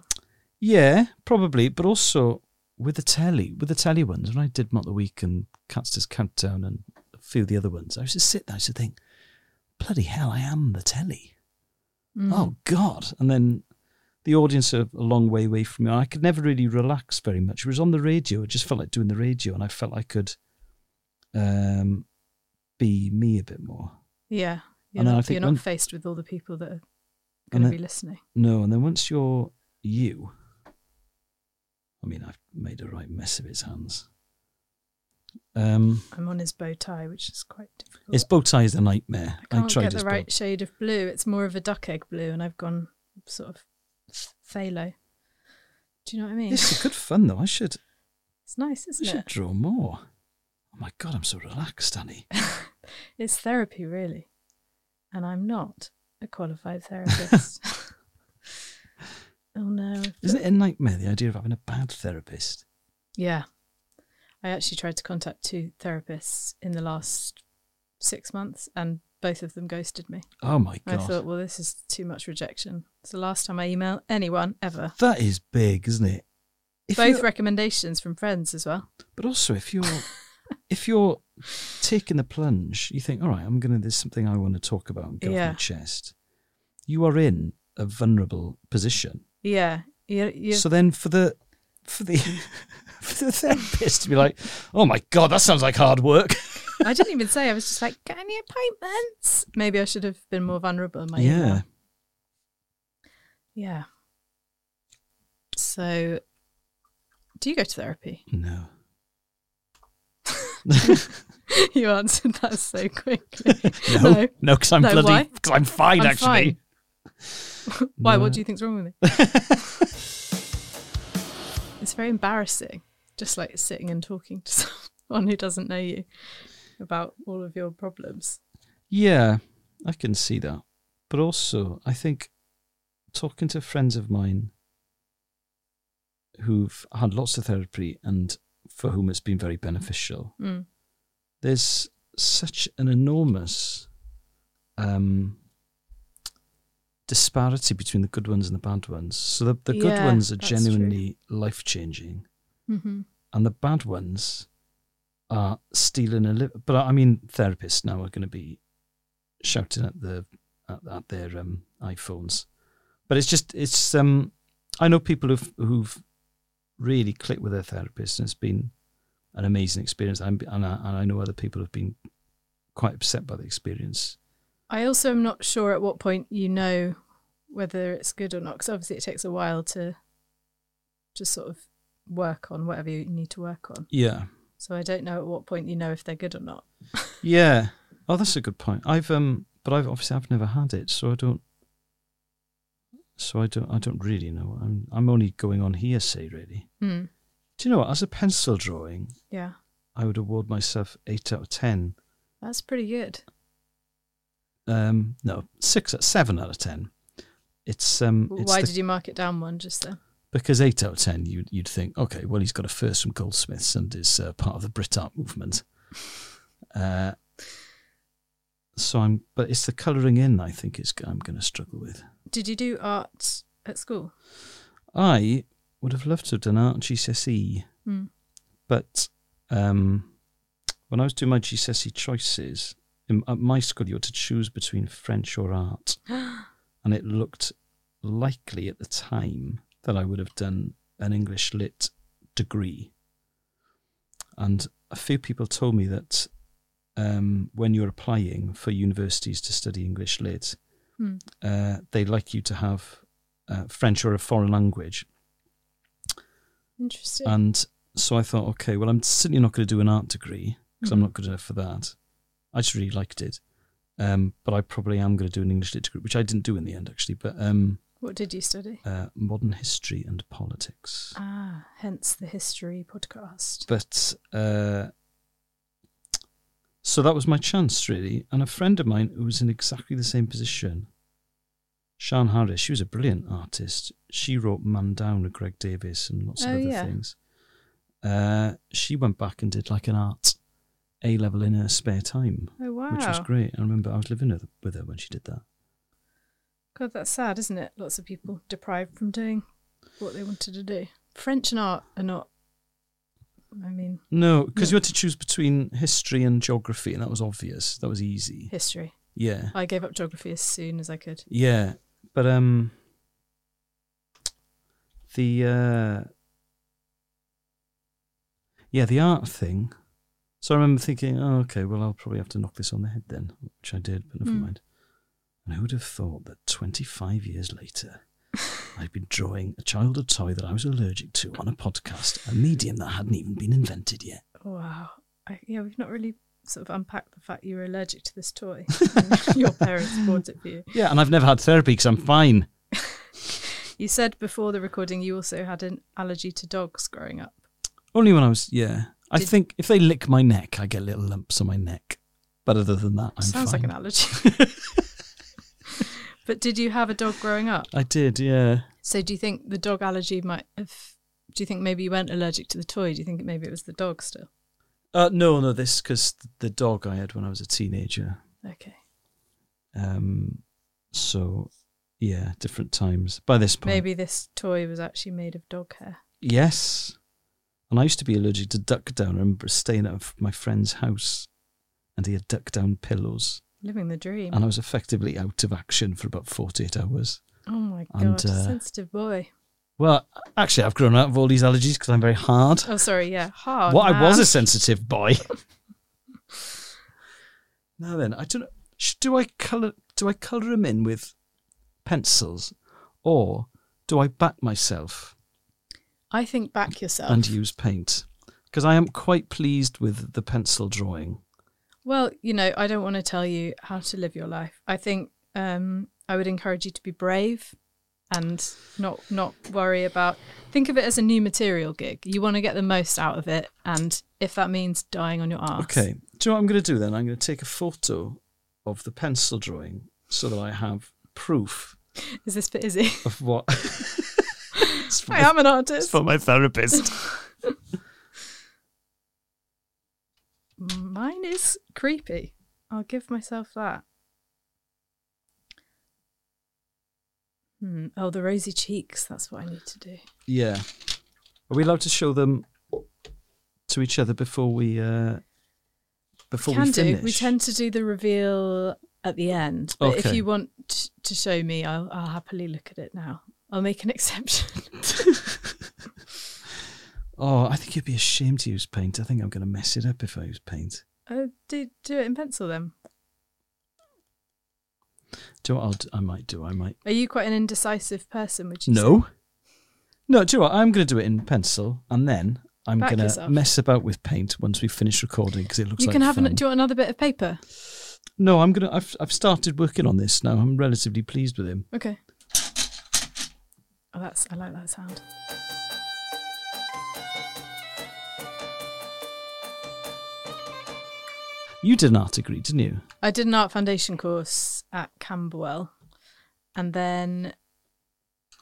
[SPEAKER 4] Yeah, probably, but also with the telly, with the telly ones. When I did Mot the Week and Catster's Countdown and a few of the other ones, I used to sit there, I used to think, bloody hell, I am the telly.
[SPEAKER 3] Mm.
[SPEAKER 4] Oh
[SPEAKER 3] Mm-hmm.
[SPEAKER 4] God! And then the audience are a long way away from you. I could never really relax very much. Whereas on the radio, it just felt like doing the radio, and I felt I could um, be me a bit more.
[SPEAKER 3] Yeah. You're
[SPEAKER 4] And then I
[SPEAKER 3] not,
[SPEAKER 4] think
[SPEAKER 3] you're not
[SPEAKER 4] when-
[SPEAKER 3] faced with all the people that are
[SPEAKER 4] And
[SPEAKER 3] going to
[SPEAKER 4] then-
[SPEAKER 3] be listening.
[SPEAKER 4] No, and then once you're you, I mean, I've made a right mess of his hands. Um,
[SPEAKER 3] I'm on his bow tie, which is quite difficult.
[SPEAKER 4] his bow tie is a nightmare.
[SPEAKER 3] I can't
[SPEAKER 4] tried
[SPEAKER 3] get
[SPEAKER 4] his
[SPEAKER 3] the
[SPEAKER 4] bow-
[SPEAKER 3] right shade of blue. It's more of a duck egg blue, and I've gone sort of phthalo. Do you know what I mean?
[SPEAKER 4] This is good fun though. I should,
[SPEAKER 3] It's nice,
[SPEAKER 4] I
[SPEAKER 3] <laughs> isn't
[SPEAKER 4] should
[SPEAKER 3] it?
[SPEAKER 4] draw more. Oh my god, I'm so relaxed, Annie.
[SPEAKER 3] It's therapy, really. And I'm not a qualified
[SPEAKER 4] <laughs>
[SPEAKER 3] therapist. oh, no.
[SPEAKER 4] Isn't it a nightmare the idea of having a bad therapist?
[SPEAKER 3] Yeah. I actually tried to contact two therapists in the last six months, and both of them ghosted me.
[SPEAKER 4] Oh my god,
[SPEAKER 3] I thought, well, this is too much rejection. It's the last time I email anyone ever.
[SPEAKER 4] that is big, isn't it? If
[SPEAKER 3] Both
[SPEAKER 4] you're-
[SPEAKER 3] recommendations from friends as well.
[SPEAKER 4] But also, if
[SPEAKER 3] <laughs>
[SPEAKER 4] you're if you're taking the plunge, you think, all right, I'm gonna. There's something I want to talk about and get off
[SPEAKER 3] Yeah.
[SPEAKER 4] my chest. You are in a vulnerable position.
[SPEAKER 3] Yeah. You, you,
[SPEAKER 4] So then, for the for the <laughs> for the therapist to be like, oh my god, that sounds like hard work.
[SPEAKER 3] I didn't even say. I was just like, get any appointments? Maybe I should have been more vulnerable in my
[SPEAKER 4] yeah,
[SPEAKER 3] email. Yeah. So, do you go to
[SPEAKER 4] <laughs>
[SPEAKER 3] therapy? <laughs>
[SPEAKER 4] no.
[SPEAKER 3] you answered that so quickly.
[SPEAKER 4] No, no, because I'm
[SPEAKER 3] No, why?
[SPEAKER 4] bloody, because I'm fine
[SPEAKER 3] I'm
[SPEAKER 4] actually.
[SPEAKER 3] fine. why?
[SPEAKER 4] No.
[SPEAKER 3] What do you think's wrong with me? it's very embarrassing, just like sitting and talking to <laughs> someone who doesn't know you about all of your problems.
[SPEAKER 4] Yeah, I can see that. But also, I think talking to friends of mine who've had lots of therapy and for whom it's been very beneficial,
[SPEAKER 3] Mm.
[SPEAKER 4] there's such an enormous um, disparity between the good ones and the bad ones. So the, the good
[SPEAKER 3] Yeah,
[SPEAKER 4] ones are
[SPEAKER 3] that's true.
[SPEAKER 4] genuinely life changing
[SPEAKER 3] hmm
[SPEAKER 4] and the bad ones are stealing a little. But I I mean, therapists now are going to be shouting at the at, at their um, iPhones. But it's just it's um, I know people who've, who've really clicked with their therapist, and it's been an amazing experience. I'm, and, I, and I know other people have been quite upset by the experience.
[SPEAKER 3] I also am not sure at what point you know whether it's good or not, because obviously it takes a while to just sort of work on whatever you need to work on.
[SPEAKER 4] Yeah,
[SPEAKER 3] So I don't know at what point you know if they're good
[SPEAKER 4] <laughs>
[SPEAKER 3] or not.
[SPEAKER 4] yeah. Oh, that's a good point. I've um, but I've obviously I've never had it, so I don't. So I don't. I don't really know. I'm. I'm only going on hearsay, really.
[SPEAKER 3] Hmm.
[SPEAKER 4] Do you know what? As a pencil drawing,
[SPEAKER 3] Yeah,
[SPEAKER 4] I would award myself eight out of ten.
[SPEAKER 3] that's pretty good.
[SPEAKER 4] Um, no, six, out- seven out of ten. It's um.
[SPEAKER 3] W-
[SPEAKER 4] It's
[SPEAKER 3] Why
[SPEAKER 4] the-
[SPEAKER 3] did you mark it down one just then?
[SPEAKER 4] Because eight out of ten, you'd you'd think, okay, well, he's got a first from Goldsmiths and is uh, part of the Brit Art movement. Uh, so I'm, but it's the colouring in. I think is I'm going to struggle with.
[SPEAKER 3] Did you do art at school?
[SPEAKER 4] I would have loved to have done art and GCSE,
[SPEAKER 3] Hmm.
[SPEAKER 4] E, but um, when I was doing my GCSE E choices in, at my school, you had to choose between French or
[SPEAKER 3] <gasps>
[SPEAKER 4] art, and it looked likely at the time that I would have done an English lit degree. And a few people told me that um, when you're applying for universities to study English lit,
[SPEAKER 3] Hmm.
[SPEAKER 4] uh, they like you to have uh, French or a foreign language.
[SPEAKER 3] Interesting.
[SPEAKER 4] And so I thought, okay, well, I'm certainly not going to do an art degree because I'm
[SPEAKER 3] Mhm.
[SPEAKER 4] not good enough for that. I just really liked it. Um, but I probably am going to do an English lit degree, which I didn't do in the end, actually, but um,
[SPEAKER 3] what did you study?
[SPEAKER 4] uh, modern history and politics.
[SPEAKER 3] Ah, hence the history podcast.
[SPEAKER 4] But uh, so that was my chance, really. And a friend of mine who was in exactly the same position, Shan Harris, she was a brilliant artist. She wrote Man Down with Greg Davis and lots of
[SPEAKER 3] Oh,
[SPEAKER 4] other
[SPEAKER 3] yeah.
[SPEAKER 4] things. Uh, she went back and did like an art A level in her spare time,
[SPEAKER 3] Oh wow!
[SPEAKER 4] which was great. I remember I was living with- with her when she did that.
[SPEAKER 3] God, that's sad, isn't it? Lots of people deprived from doing what they wanted to do. French and art are not. I mean,
[SPEAKER 4] No, because you had to choose between history and geography, and that was obvious. That was easy.
[SPEAKER 3] history.
[SPEAKER 4] Yeah.
[SPEAKER 3] I gave up geography as soon as I could.
[SPEAKER 4] Yeah, but um, the uh, yeah, the art thing. So I remember thinking, oh, okay, well, I'll probably have to knock this on the head then, which I did, but never
[SPEAKER 3] Hmm.
[SPEAKER 4] mind. And who would have thought that 25 years later, I'd been drawing a childhood toy that I was allergic to on a podcast, a medium that hadn't even been invented yet.
[SPEAKER 3] Wow. I, yeah, we've not really sort of unpacked the fact you were allergic to this
[SPEAKER 4] <laughs>
[SPEAKER 3] toy. Your parents bought it for you.
[SPEAKER 4] Yeah, and I've never had therapy because I'm fine.
[SPEAKER 3] You said before the recording you also had an allergy to dogs growing up.
[SPEAKER 4] Only when I was, yeah. I
[SPEAKER 3] Did-
[SPEAKER 4] think if they lick my neck, I get little lumps on my neck. But other than that, I'm
[SPEAKER 3] Sounds
[SPEAKER 4] fine.
[SPEAKER 3] like an allergy.
[SPEAKER 4] <laughs>
[SPEAKER 3] but did you have a dog growing up?
[SPEAKER 4] I did, yeah.
[SPEAKER 3] So do you think the dog allergy might have? Do you think maybe you weren't allergic to the toy? Do you think maybe it was the dog still?
[SPEAKER 4] Uh, no, no, this because the dog I had when I was a teenager.
[SPEAKER 3] Okay.
[SPEAKER 4] Um, so yeah, different times. By this point,
[SPEAKER 3] Maybe this toy was actually made of dog hair.
[SPEAKER 4] yes. And I used to be allergic to duck down. I remember staying at my friend's house, and he had duck down pillows,
[SPEAKER 3] Living the dream.
[SPEAKER 4] and I was effectively out of action for about forty-eight hours.
[SPEAKER 3] Oh my god,
[SPEAKER 4] and, uh,
[SPEAKER 3] sensitive boy.
[SPEAKER 4] Well, actually, I've grown out of all these allergies because I'm very hard.
[SPEAKER 3] Oh, sorry, yeah, hard.
[SPEAKER 4] what I was
[SPEAKER 3] man.
[SPEAKER 4] a sensitive boy. now then, I don't. know, sh- Do I color? Do I color him in with pencils, or do I back myself
[SPEAKER 3] I think back yourself.
[SPEAKER 4] and use paint? Because I am quite pleased with the pencil drawing.
[SPEAKER 3] Well, you know, I don't want to tell you how to live your life. I think um, I would encourage you to be brave and not not worry about. Think of it as a new material gig. You want to get the most out of it, and if that means dying on your arse,
[SPEAKER 4] Okay. Do you know what I'm going to do then? I'm going to take a photo of the pencil drawing so that I have proof
[SPEAKER 3] Is this bit
[SPEAKER 4] <laughs>
[SPEAKER 3] Izzy?
[SPEAKER 4] of what. It's for
[SPEAKER 3] I
[SPEAKER 4] my-
[SPEAKER 3] am an
[SPEAKER 4] it's
[SPEAKER 3] artist.
[SPEAKER 4] for my therapist.
[SPEAKER 3] Mine is creepy. I'll give myself that. Hmm. Oh, the rosy cheeks. That's what I need to do.
[SPEAKER 4] Yeah. Are we allowed to show them to each other before we uh before
[SPEAKER 3] can
[SPEAKER 4] we finish?
[SPEAKER 3] do. We tend <laughs> to do the reveal at the end. But if
[SPEAKER 4] Okay.
[SPEAKER 3] you want t- to show me, I'll, I'll happily look at it now. I'll make an <laughs> exception.
[SPEAKER 4] <laughs> Oh, I think you'd be ashamed to use paint. I think I'm going to mess it up if I use paint.
[SPEAKER 3] uh, do do it in pencil then.
[SPEAKER 4] Do you know what I'll d- I might do? I might.
[SPEAKER 3] Are you quite an indecisive person? Would you? say?
[SPEAKER 4] No. No, do you know what? I'm going to do it in pencil and then I'm
[SPEAKER 3] Back
[SPEAKER 4] going to
[SPEAKER 3] yourself.
[SPEAKER 4] mess about with paint once we finish recording because it looks
[SPEAKER 3] You
[SPEAKER 4] like
[SPEAKER 3] can have.
[SPEAKER 4] fun.
[SPEAKER 3] An, do you want another bit of paper?
[SPEAKER 4] No, I'm going to. I've, I've started working on this now. I'm relatively pleased with him.
[SPEAKER 3] Okay. Oh, that's I like that sound.
[SPEAKER 4] You did an art degree, didn't you?
[SPEAKER 3] I did an art foundation course at Camberwell, and then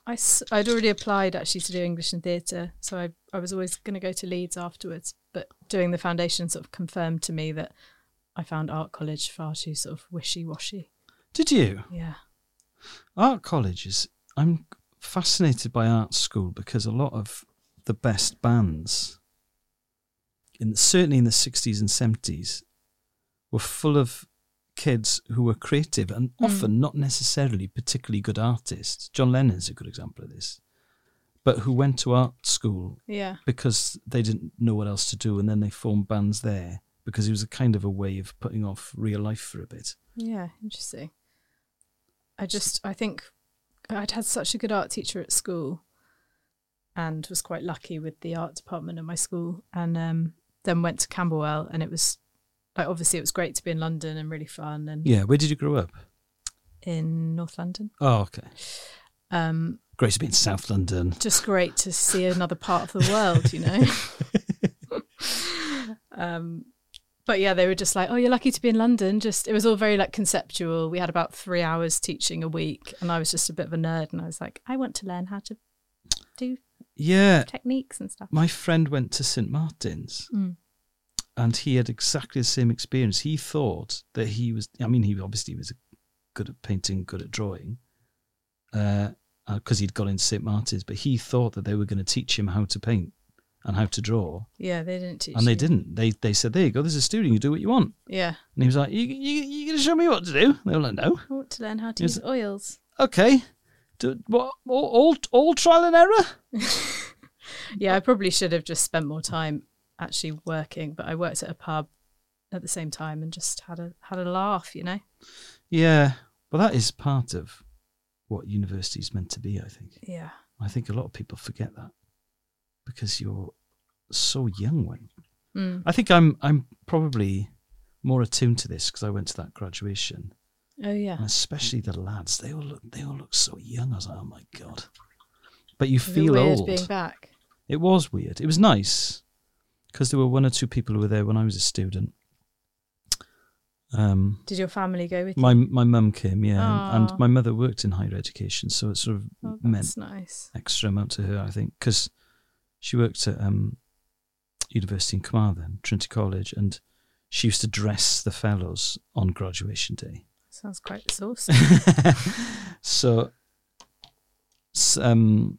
[SPEAKER 3] I would already applied actually to do English and theatre, so I I was always going to go to Leeds afterwards, but doing the foundation sort of confirmed to me that I found art college far too sort of wishy washy.
[SPEAKER 4] Did you?
[SPEAKER 3] Yeah.
[SPEAKER 4] Art college is. I'm fascinated by art school because a lot of the best bands, in certainly in the 60s and 70s, were full of kids who were creative and often not necessarily particularly good artists. John Lennon's a good example of this, but who went to art school
[SPEAKER 3] Yeah.
[SPEAKER 4] because they didn't know what else to do, and then they formed bands there because it was a kind of a way of putting off real life for a bit.
[SPEAKER 3] Yeah, interesting. I just, I think I'd had such a good art teacher at school and was quite lucky with the art department at my school. And um, then went to Camberwell, and it was like, obviously, it was great to be in London and really fun and
[SPEAKER 4] Yeah, where did you grow up?
[SPEAKER 3] in North London.
[SPEAKER 4] Oh, okay.
[SPEAKER 3] Um,
[SPEAKER 4] Great to be in South London.
[SPEAKER 3] just great to see another part of the world, you know?
[SPEAKER 4] <laughs>
[SPEAKER 3] um, but yeah, they were just like, oh, you're lucky to be in London. Just, it was all very like conceptual. We had about three hours teaching a week, and I was just a bit of a nerd. And I was like, I want to learn how to do
[SPEAKER 4] Yeah,
[SPEAKER 3] techniques and stuff.
[SPEAKER 4] Uh, my friend went to St Martin's
[SPEAKER 3] Mm.
[SPEAKER 4] and he had exactly the same experience. He thought that he was, I mean, he obviously was good at painting, good at drawing, because he'd got into St Martin's, but he thought that they were going to teach him how to paint and how to draw.
[SPEAKER 3] Yeah, they didn't teach.
[SPEAKER 4] And they
[SPEAKER 3] you.
[SPEAKER 4] didn't. They they said, "There you go. There's a studio. You do what you want."
[SPEAKER 3] Yeah.
[SPEAKER 4] And he was like, "You you you gonna show me what to do?" And they were like, "No."
[SPEAKER 3] I want to learn how to
[SPEAKER 4] Yes.
[SPEAKER 3] use oils.
[SPEAKER 4] Okay. Do, what, all, all all trial and error.
[SPEAKER 3] Yeah, I probably should have just spent more time actually working, but I worked at a pub at the same time and just had a had a laugh, you know.
[SPEAKER 4] Yeah. Well, that is part of what university is meant to be. I think.
[SPEAKER 3] Yeah.
[SPEAKER 4] I think a lot of people forget that because you're so young when.
[SPEAKER 3] Mm.
[SPEAKER 4] I think I'm I'm probably more attuned to this because I went to that graduation,
[SPEAKER 3] Oh yeah.
[SPEAKER 4] and especially the lads. They all look they all look so young. I was like, oh my god. But you
[SPEAKER 3] Is it
[SPEAKER 4] feel
[SPEAKER 3] weird
[SPEAKER 4] old.
[SPEAKER 3] being back.
[SPEAKER 4] It was weird. It was nice because there were one or two people who were there when I was a student. Um,
[SPEAKER 3] Did your family go with you?
[SPEAKER 4] my my mum came, yeah, and,
[SPEAKER 3] Aw.
[SPEAKER 4] and my mother worked in higher education, so it sort of
[SPEAKER 3] Oh,
[SPEAKER 4] meant
[SPEAKER 3] that's nice.
[SPEAKER 4] extra amount to her, I think, because she worked at um, university in Carmarthen, Trinity College, and she used to dress the fellows on graduation
[SPEAKER 3] <laughs>
[SPEAKER 4] day. <laughs>
[SPEAKER 3] Sounds quite exhausting.
[SPEAKER 4] so, s- um,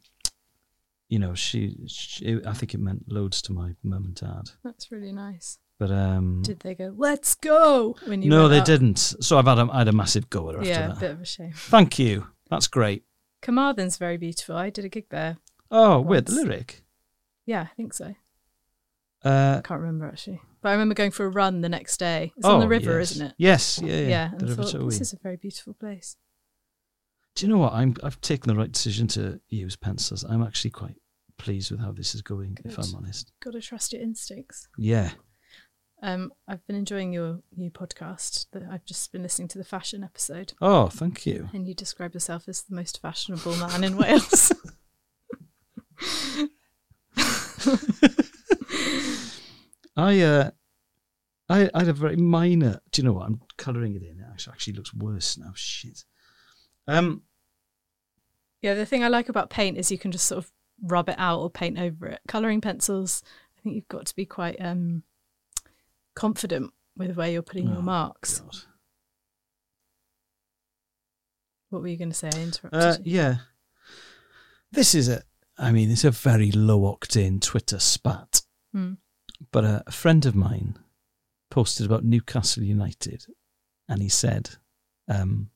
[SPEAKER 4] you know, she, she, I think it meant loads to my mum and dad.
[SPEAKER 3] That's really nice.
[SPEAKER 4] But um,
[SPEAKER 3] Did they go? Let's go when you?
[SPEAKER 4] no,
[SPEAKER 3] went
[SPEAKER 4] they
[SPEAKER 3] up?
[SPEAKER 4] didn't. So I've had a, I had a massive go at her after
[SPEAKER 3] Yeah, a
[SPEAKER 4] that.
[SPEAKER 3] bit of a shame.
[SPEAKER 4] Thank you. That's great.
[SPEAKER 3] Carmarthen's very beautiful. I did a gig there.
[SPEAKER 4] Oh, wait, the
[SPEAKER 3] Once.
[SPEAKER 4] lyric.
[SPEAKER 3] Yeah, I think so.
[SPEAKER 4] Uh,
[SPEAKER 3] I can't remember actually, but I remember going for a run the next day. It's on the
[SPEAKER 4] oh,
[SPEAKER 3] river,
[SPEAKER 4] yes.
[SPEAKER 3] isn't it?
[SPEAKER 4] Yes, yeah, yeah.
[SPEAKER 3] and
[SPEAKER 4] the
[SPEAKER 3] I
[SPEAKER 4] River
[SPEAKER 3] thought
[SPEAKER 4] Towy.
[SPEAKER 3] this is a very beautiful place.
[SPEAKER 4] Do you know what? I'm, I've taken the right decision to use pencils. I'm actually quite pleased with how this is going, if
[SPEAKER 3] Good.
[SPEAKER 4] I'm honest.
[SPEAKER 3] Got to trust your instincts.
[SPEAKER 4] Yeah.
[SPEAKER 3] Um, I've been enjoying your new podcast. That I've just been listening to the fashion episode,
[SPEAKER 4] Oh, thank you.
[SPEAKER 3] and you describe yourself as the most fashionable
[SPEAKER 4] <laughs>
[SPEAKER 3] man in Wales.
[SPEAKER 4] I, uh, I, I had a very minor. Do you know what? I'm colouring it in. It actually, actually looks worse now. Shit. Um.
[SPEAKER 3] Yeah, the thing I like about paint is you can just sort of rub it out or paint over it. Colouring pencils, I think you've got to be quite um, confident with where you're putting
[SPEAKER 4] oh,
[SPEAKER 3] your marks.
[SPEAKER 4] God.
[SPEAKER 3] What were you going to say? I interrupted
[SPEAKER 4] Uh,
[SPEAKER 3] you.
[SPEAKER 4] yeah. This is a. I mean, it's a very low octane Twitter spat.
[SPEAKER 3] Hmm.
[SPEAKER 4] But a, a friend of mine posted about Newcastle United, and he said, um,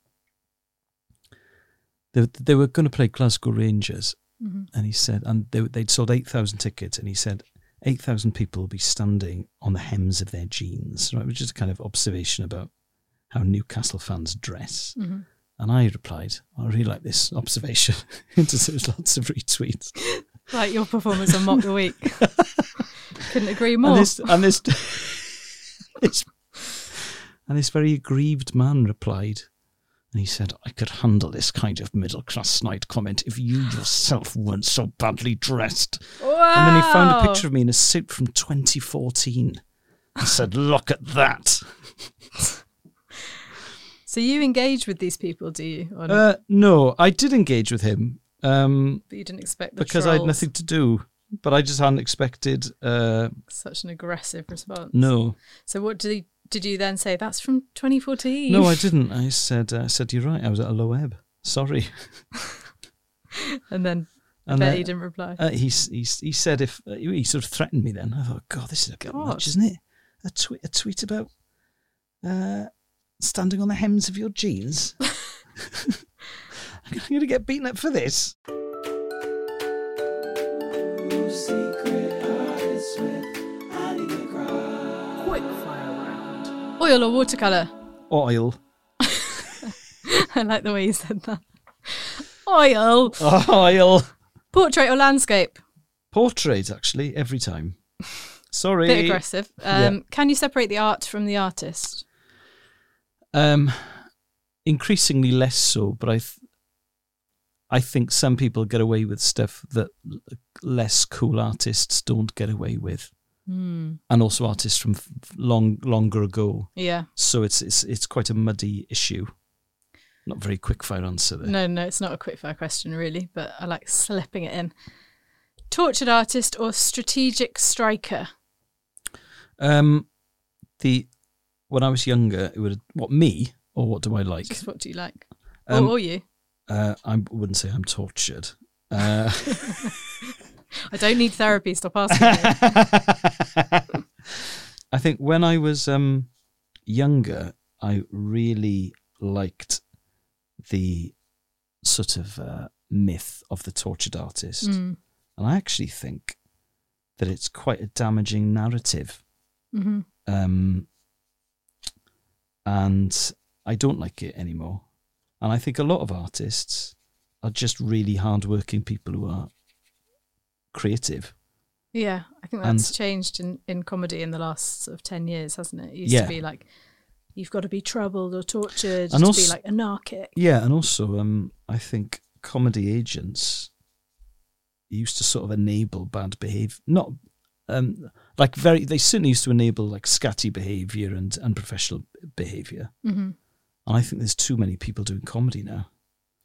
[SPEAKER 4] they, they were going to play Glasgow Rangers, and he said, and they, they'd sold eight thousand tickets, and he said. 8,000 people will be standing on the hems of their jeans, right? Which is a kind of observation about how Newcastle fans dress. And I replied, I really like this observation. <laughs> it deserves lots of retweets.
[SPEAKER 3] Like your performance on Mock
[SPEAKER 4] <laughs>
[SPEAKER 3] the Week. Couldn't agree more.
[SPEAKER 4] And this, and this, <laughs> this, and this very aggrieved man replied, and he said, I could handle this kind of middle class snide comment if you yourself weren't so badly dressed. And then he found a
[SPEAKER 3] Wow.
[SPEAKER 4] picture of me in a suit from 2014 and said, Look at that.
[SPEAKER 3] So you engage with these people, do you? Or not?
[SPEAKER 4] Uh, no, I did engage with him um,
[SPEAKER 3] but you didn't expect the
[SPEAKER 4] because I had
[SPEAKER 3] trolls.
[SPEAKER 4] nothing to do, but I just hadn't expected. Uh,
[SPEAKER 3] Such an aggressive response.
[SPEAKER 4] no.
[SPEAKER 3] So what did he, did you then say? That's from 2014.
[SPEAKER 4] No, I didn't. I said, I said, You're right. I was at a low ebb. Sorry.
[SPEAKER 3] and then I
[SPEAKER 4] And
[SPEAKER 3] bet
[SPEAKER 4] then-
[SPEAKER 3] he didn't reply.
[SPEAKER 4] Uh, he, s- he, s- he said if uh, he sort of threatened me then. I thought, God, this is a bit
[SPEAKER 3] God.
[SPEAKER 4] much, isn't it? A tweet, a tweet about uh, standing on the hems of your
[SPEAKER 3] <laughs>
[SPEAKER 4] jeans. <laughs> I'm going to get beaten up for this.
[SPEAKER 3] Oil or watercolor?
[SPEAKER 4] Oil. <laughs>
[SPEAKER 3] <laughs> I like the way you said that. Oil.
[SPEAKER 4] Oil.
[SPEAKER 3] Portrait or landscape?
[SPEAKER 4] Portrait, actually, every
[SPEAKER 3] <laughs>
[SPEAKER 4] time. Sorry.
[SPEAKER 3] Bit aggressive. Um,
[SPEAKER 4] Yeah.
[SPEAKER 3] Can you separate the art from the artist?
[SPEAKER 4] Um, increasingly less so, but I, th- I think some people get away with stuff that l- less cool artists don't get away with, and also artists from f- long longer ago.
[SPEAKER 3] Yeah.
[SPEAKER 4] So it's it's it's quite a muddy issue. Not very quick fire answer there.
[SPEAKER 3] No, no, it's not a quickfire question, really, but I like slipping it in. Tortured artist or strategic striker?
[SPEAKER 4] Um, the when I was younger, it would what me or what do I like?
[SPEAKER 3] <laughs> Just what do you like?
[SPEAKER 4] Um,
[SPEAKER 3] or, or you?
[SPEAKER 4] Uh, I wouldn't say I'm tortured. Uh,
[SPEAKER 3] I don't need therapy. Stop
[SPEAKER 4] <laughs>
[SPEAKER 3] asking. me.
[SPEAKER 4] I think when I was um, younger, I really liked the sort of uh, myth of the tortured artist.
[SPEAKER 3] Mm.
[SPEAKER 4] And I actually think that it's quite a damaging narrative.
[SPEAKER 3] Mhm.
[SPEAKER 4] Um, and I don't like it anymore. And I think a lot of artists are just really hardworking people who are creative.
[SPEAKER 3] Yeah, I think
[SPEAKER 4] And-
[SPEAKER 3] that's changed in, in comedy in the last sort of 10 years, hasn't it? It used
[SPEAKER 4] Yeah.
[SPEAKER 3] to be like, you've got to be troubled or
[SPEAKER 4] And
[SPEAKER 3] tortured, to be
[SPEAKER 4] also-
[SPEAKER 3] like anarchic.
[SPEAKER 4] Yeah, and also, um, I think comedy agents used to sort of enable bad behavior. Not um, like very. They certainly used to enable like scatty behavior and unprofessional behavior.
[SPEAKER 3] Mhm.
[SPEAKER 4] And I think there's too many people doing comedy now.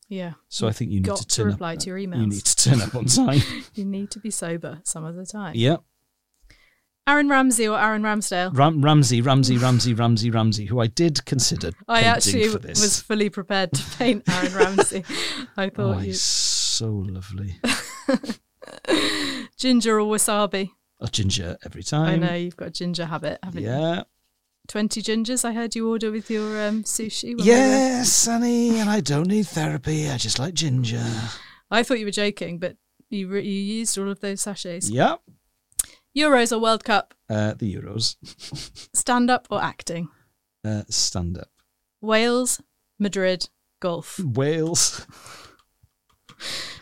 [SPEAKER 3] Yeah.
[SPEAKER 4] So I think you
[SPEAKER 3] You've
[SPEAKER 4] need
[SPEAKER 3] got
[SPEAKER 4] to turn
[SPEAKER 3] reply
[SPEAKER 4] up.
[SPEAKER 3] to your
[SPEAKER 4] You
[SPEAKER 3] emails.
[SPEAKER 4] need
[SPEAKER 3] <laughs>
[SPEAKER 4] to turn up on time.
[SPEAKER 3] You need to be sober some of the time.
[SPEAKER 4] yeah,
[SPEAKER 3] Aaron Ramsey or Aaron Ramsdale?
[SPEAKER 4] Ram- Ramsey, Ramsey, Ramsey, Ramsey, Ramsey, who I did consider.
[SPEAKER 3] <laughs> I
[SPEAKER 4] painting
[SPEAKER 3] actually
[SPEAKER 4] for this.
[SPEAKER 3] was fully prepared to paint
[SPEAKER 4] <laughs>
[SPEAKER 3] Aaron Ramsey. I
[SPEAKER 4] Oh,
[SPEAKER 3] thought you.
[SPEAKER 4] he's so
[SPEAKER 3] <laughs>
[SPEAKER 4] lovely.
[SPEAKER 3] Ginger or wasabi?
[SPEAKER 4] A ginger every
[SPEAKER 3] i
[SPEAKER 4] time.
[SPEAKER 3] know you've got a ginger habit, haven't you?
[SPEAKER 4] Yeah.
[SPEAKER 3] 20 gingers I heard you order with your um, sushi. when we went.
[SPEAKER 4] Yes, Sunny, and I don't need therapy. I just like ginger.
[SPEAKER 3] I thought you were joking, but you, re- you used all of those sachets.
[SPEAKER 4] Yeah.
[SPEAKER 3] Euros or World Cup?
[SPEAKER 4] Uh, the Euros. <laughs>
[SPEAKER 3] Stand up or acting?
[SPEAKER 4] Uh, stand up.
[SPEAKER 3] Wales, Madrid, golf.
[SPEAKER 4] Wales.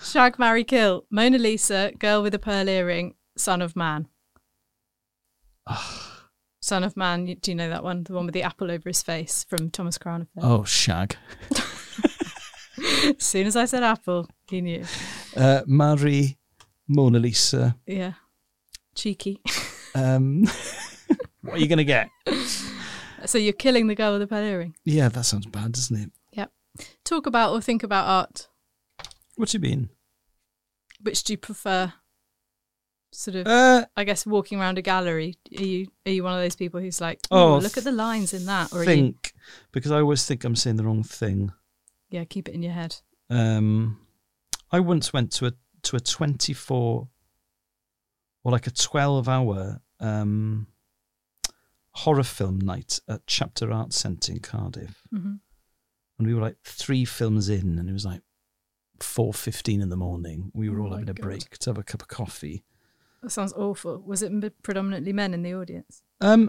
[SPEAKER 3] Shag, marry, kill. Mona Lisa, girl with a pearl earring, son
[SPEAKER 4] <sighs>
[SPEAKER 3] of man. son of man, you- do you know that one? The one with the apple over his face from Thomas Crown Affair.
[SPEAKER 4] Oh, shag. Oh.
[SPEAKER 3] <laughs> As soon as I said apple, he knew.
[SPEAKER 4] Uh, Marie, Mona Lisa.
[SPEAKER 3] Yeah. Cheeky. <laughs>
[SPEAKER 4] Um, <laughs> what are you going to get?
[SPEAKER 3] so you're killing the girl with the pearl earring.
[SPEAKER 4] Yeah, that sounds bad, doesn't it?
[SPEAKER 3] Yep. Talk about or think about art.
[SPEAKER 4] What do you mean?
[SPEAKER 3] Which do you prefer? Sort of.
[SPEAKER 4] Uh,
[SPEAKER 3] I guess walking around a gallery, are you are you one of those people who's like, oh,
[SPEAKER 4] Oh,
[SPEAKER 3] look at the lines in that, or are you,
[SPEAKER 4] think, because I always think I'm saying the wrong thing.
[SPEAKER 3] yeah, keep it in your head.
[SPEAKER 4] Um, I once went to a to a 24 or like a 12 hour um, horror film night at Chapter Arts Centre in Cardiff,
[SPEAKER 3] Mhm.
[SPEAKER 4] and we were like three films in, and it was like four fifteen in the morning. We were all having a break to have a cup of coffee.
[SPEAKER 3] That sounds awful. Was it m- predominantly men in the audience?
[SPEAKER 4] Um,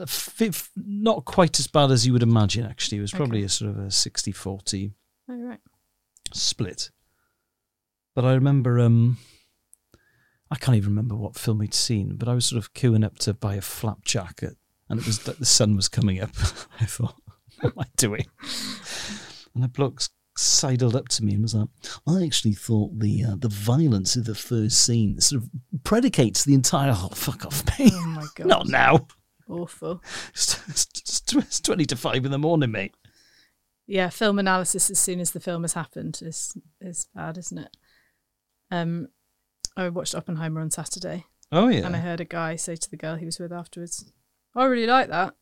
[SPEAKER 4] f- f- not quite as bad as you would imagine. Actually, it was probably a sort of a 60-40
[SPEAKER 3] Oh, right.
[SPEAKER 4] split. But I remember, um, I can't even remember what film we'd seen, but I was sort of queuing up to buy a flapjack, at, and it was like the sun was coming up. <laughs> I thought, what am I doing? And the bloke s- sidled up to me and was like, I actually thought the uh, the violence of the first scene sort of predicates the entire. Oh, fuck off, mate!
[SPEAKER 3] Oh, my
[SPEAKER 4] <laughs>
[SPEAKER 3] God.
[SPEAKER 4] Not now.
[SPEAKER 3] Awful.
[SPEAKER 4] It's, it's, it's twenty to five in the morning, mate.
[SPEAKER 3] Yeah, film analysis as soon as the film has happened is is bad, isn't it? Um, I watched Oppenheimer on Saturday,
[SPEAKER 4] Oh yeah.
[SPEAKER 3] and I heard a guy say to the girl he was with afterwards, "I really like that,"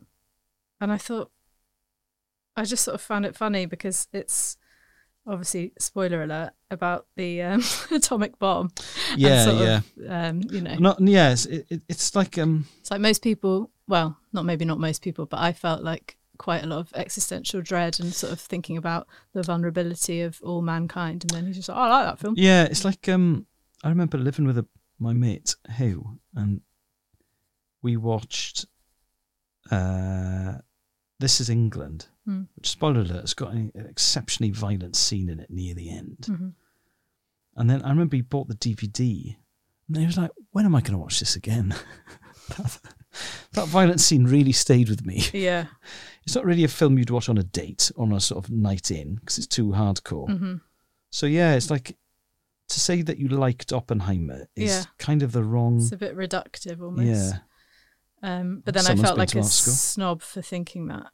[SPEAKER 3] and I thought, I just sort of found it funny because it's obviously spoiler alert about the um, <laughs> atomic bomb. and
[SPEAKER 4] Yeah,
[SPEAKER 3] sort <laughs> of, um, you know,
[SPEAKER 4] Not yes. It, it, it's like um.
[SPEAKER 3] It's like most people, well, not maybe not most people, but I felt like quite a lot of existential dread and sort of thinking about the vulnerability of all mankind. And then he's just like, oh, I like that film.
[SPEAKER 4] Yeah, it's like um. I remember living with a, my mate who and we watched. Uh, this is England,
[SPEAKER 3] Hmm.
[SPEAKER 4] which spoiler alert, it's got an exceptionally violent scene in it near the end.
[SPEAKER 3] Mm-hmm.
[SPEAKER 4] And then I remember he bought the DVD, and he was like, "When am I going to watch this again?" <laughs> that, that violent scene really stayed with me.
[SPEAKER 3] Yeah.
[SPEAKER 4] it's not really a film you'd watch on a date on a sort of night in because it's too hardcore.
[SPEAKER 3] Mm-hmm.
[SPEAKER 4] So yeah, it's like to say that you liked Oppenheimer is
[SPEAKER 3] Yeah.
[SPEAKER 4] kind of the wrong.
[SPEAKER 3] It's a bit reductive almost.
[SPEAKER 4] yeah,
[SPEAKER 3] Um, but then
[SPEAKER 4] Someone's
[SPEAKER 3] I felt
[SPEAKER 4] been
[SPEAKER 3] like
[SPEAKER 4] to
[SPEAKER 3] a
[SPEAKER 4] art school.
[SPEAKER 3] snob for thinking that.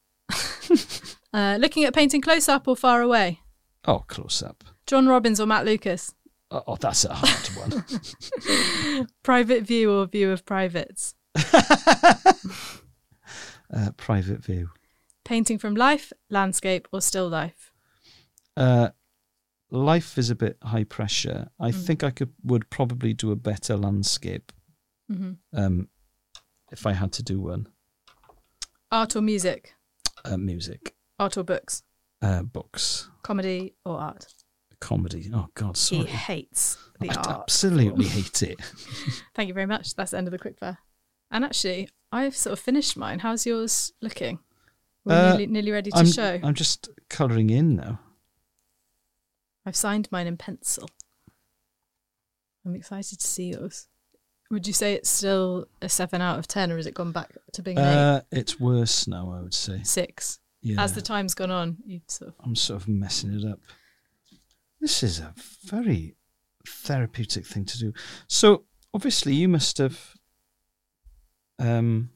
[SPEAKER 3] <laughs> uh, looking at painting close up or far away,
[SPEAKER 4] oh, close up.
[SPEAKER 3] John Robbins or Matt Lucas,
[SPEAKER 4] Oh, oh, that's a
[SPEAKER 3] <laughs>
[SPEAKER 4] hard one.
[SPEAKER 3] private view or view of privates,
[SPEAKER 4] Uh, private view.
[SPEAKER 3] painting from life, landscape or still life.
[SPEAKER 4] Uh, life is a bit high pressure. I
[SPEAKER 3] Mm.
[SPEAKER 4] think I could would probably do a better landscape
[SPEAKER 3] Mhm.
[SPEAKER 4] um, if I had to do one.
[SPEAKER 3] Art or music,
[SPEAKER 4] Uh, music,
[SPEAKER 3] art or books,
[SPEAKER 4] uh, books,
[SPEAKER 3] comedy or art.
[SPEAKER 4] comedy. Oh God,
[SPEAKER 3] He
[SPEAKER 4] sorry.
[SPEAKER 3] hates the
[SPEAKER 4] I
[SPEAKER 3] art.
[SPEAKER 4] absolutely hate it.
[SPEAKER 3] Thank you very much. That's the end of the quickfire. And actually, I've sort of finished mine. How's yours looking? We're
[SPEAKER 4] Uh,
[SPEAKER 3] nearly, nearly ready to
[SPEAKER 4] I'm,
[SPEAKER 3] show. i
[SPEAKER 4] I'm just colouring in now.
[SPEAKER 3] have signed mine in pencil. I'm excited to see yours. Would you say it's still a seven out of ten, or has it gone back to being an
[SPEAKER 4] Uh, it's worse now, I would say.
[SPEAKER 3] eight, six?
[SPEAKER 4] Yeah,
[SPEAKER 3] As the time's gone on, you sort of
[SPEAKER 4] I'm sort of messing it up. This is a very therapeutic thing to do. So obviously, you must have. Um,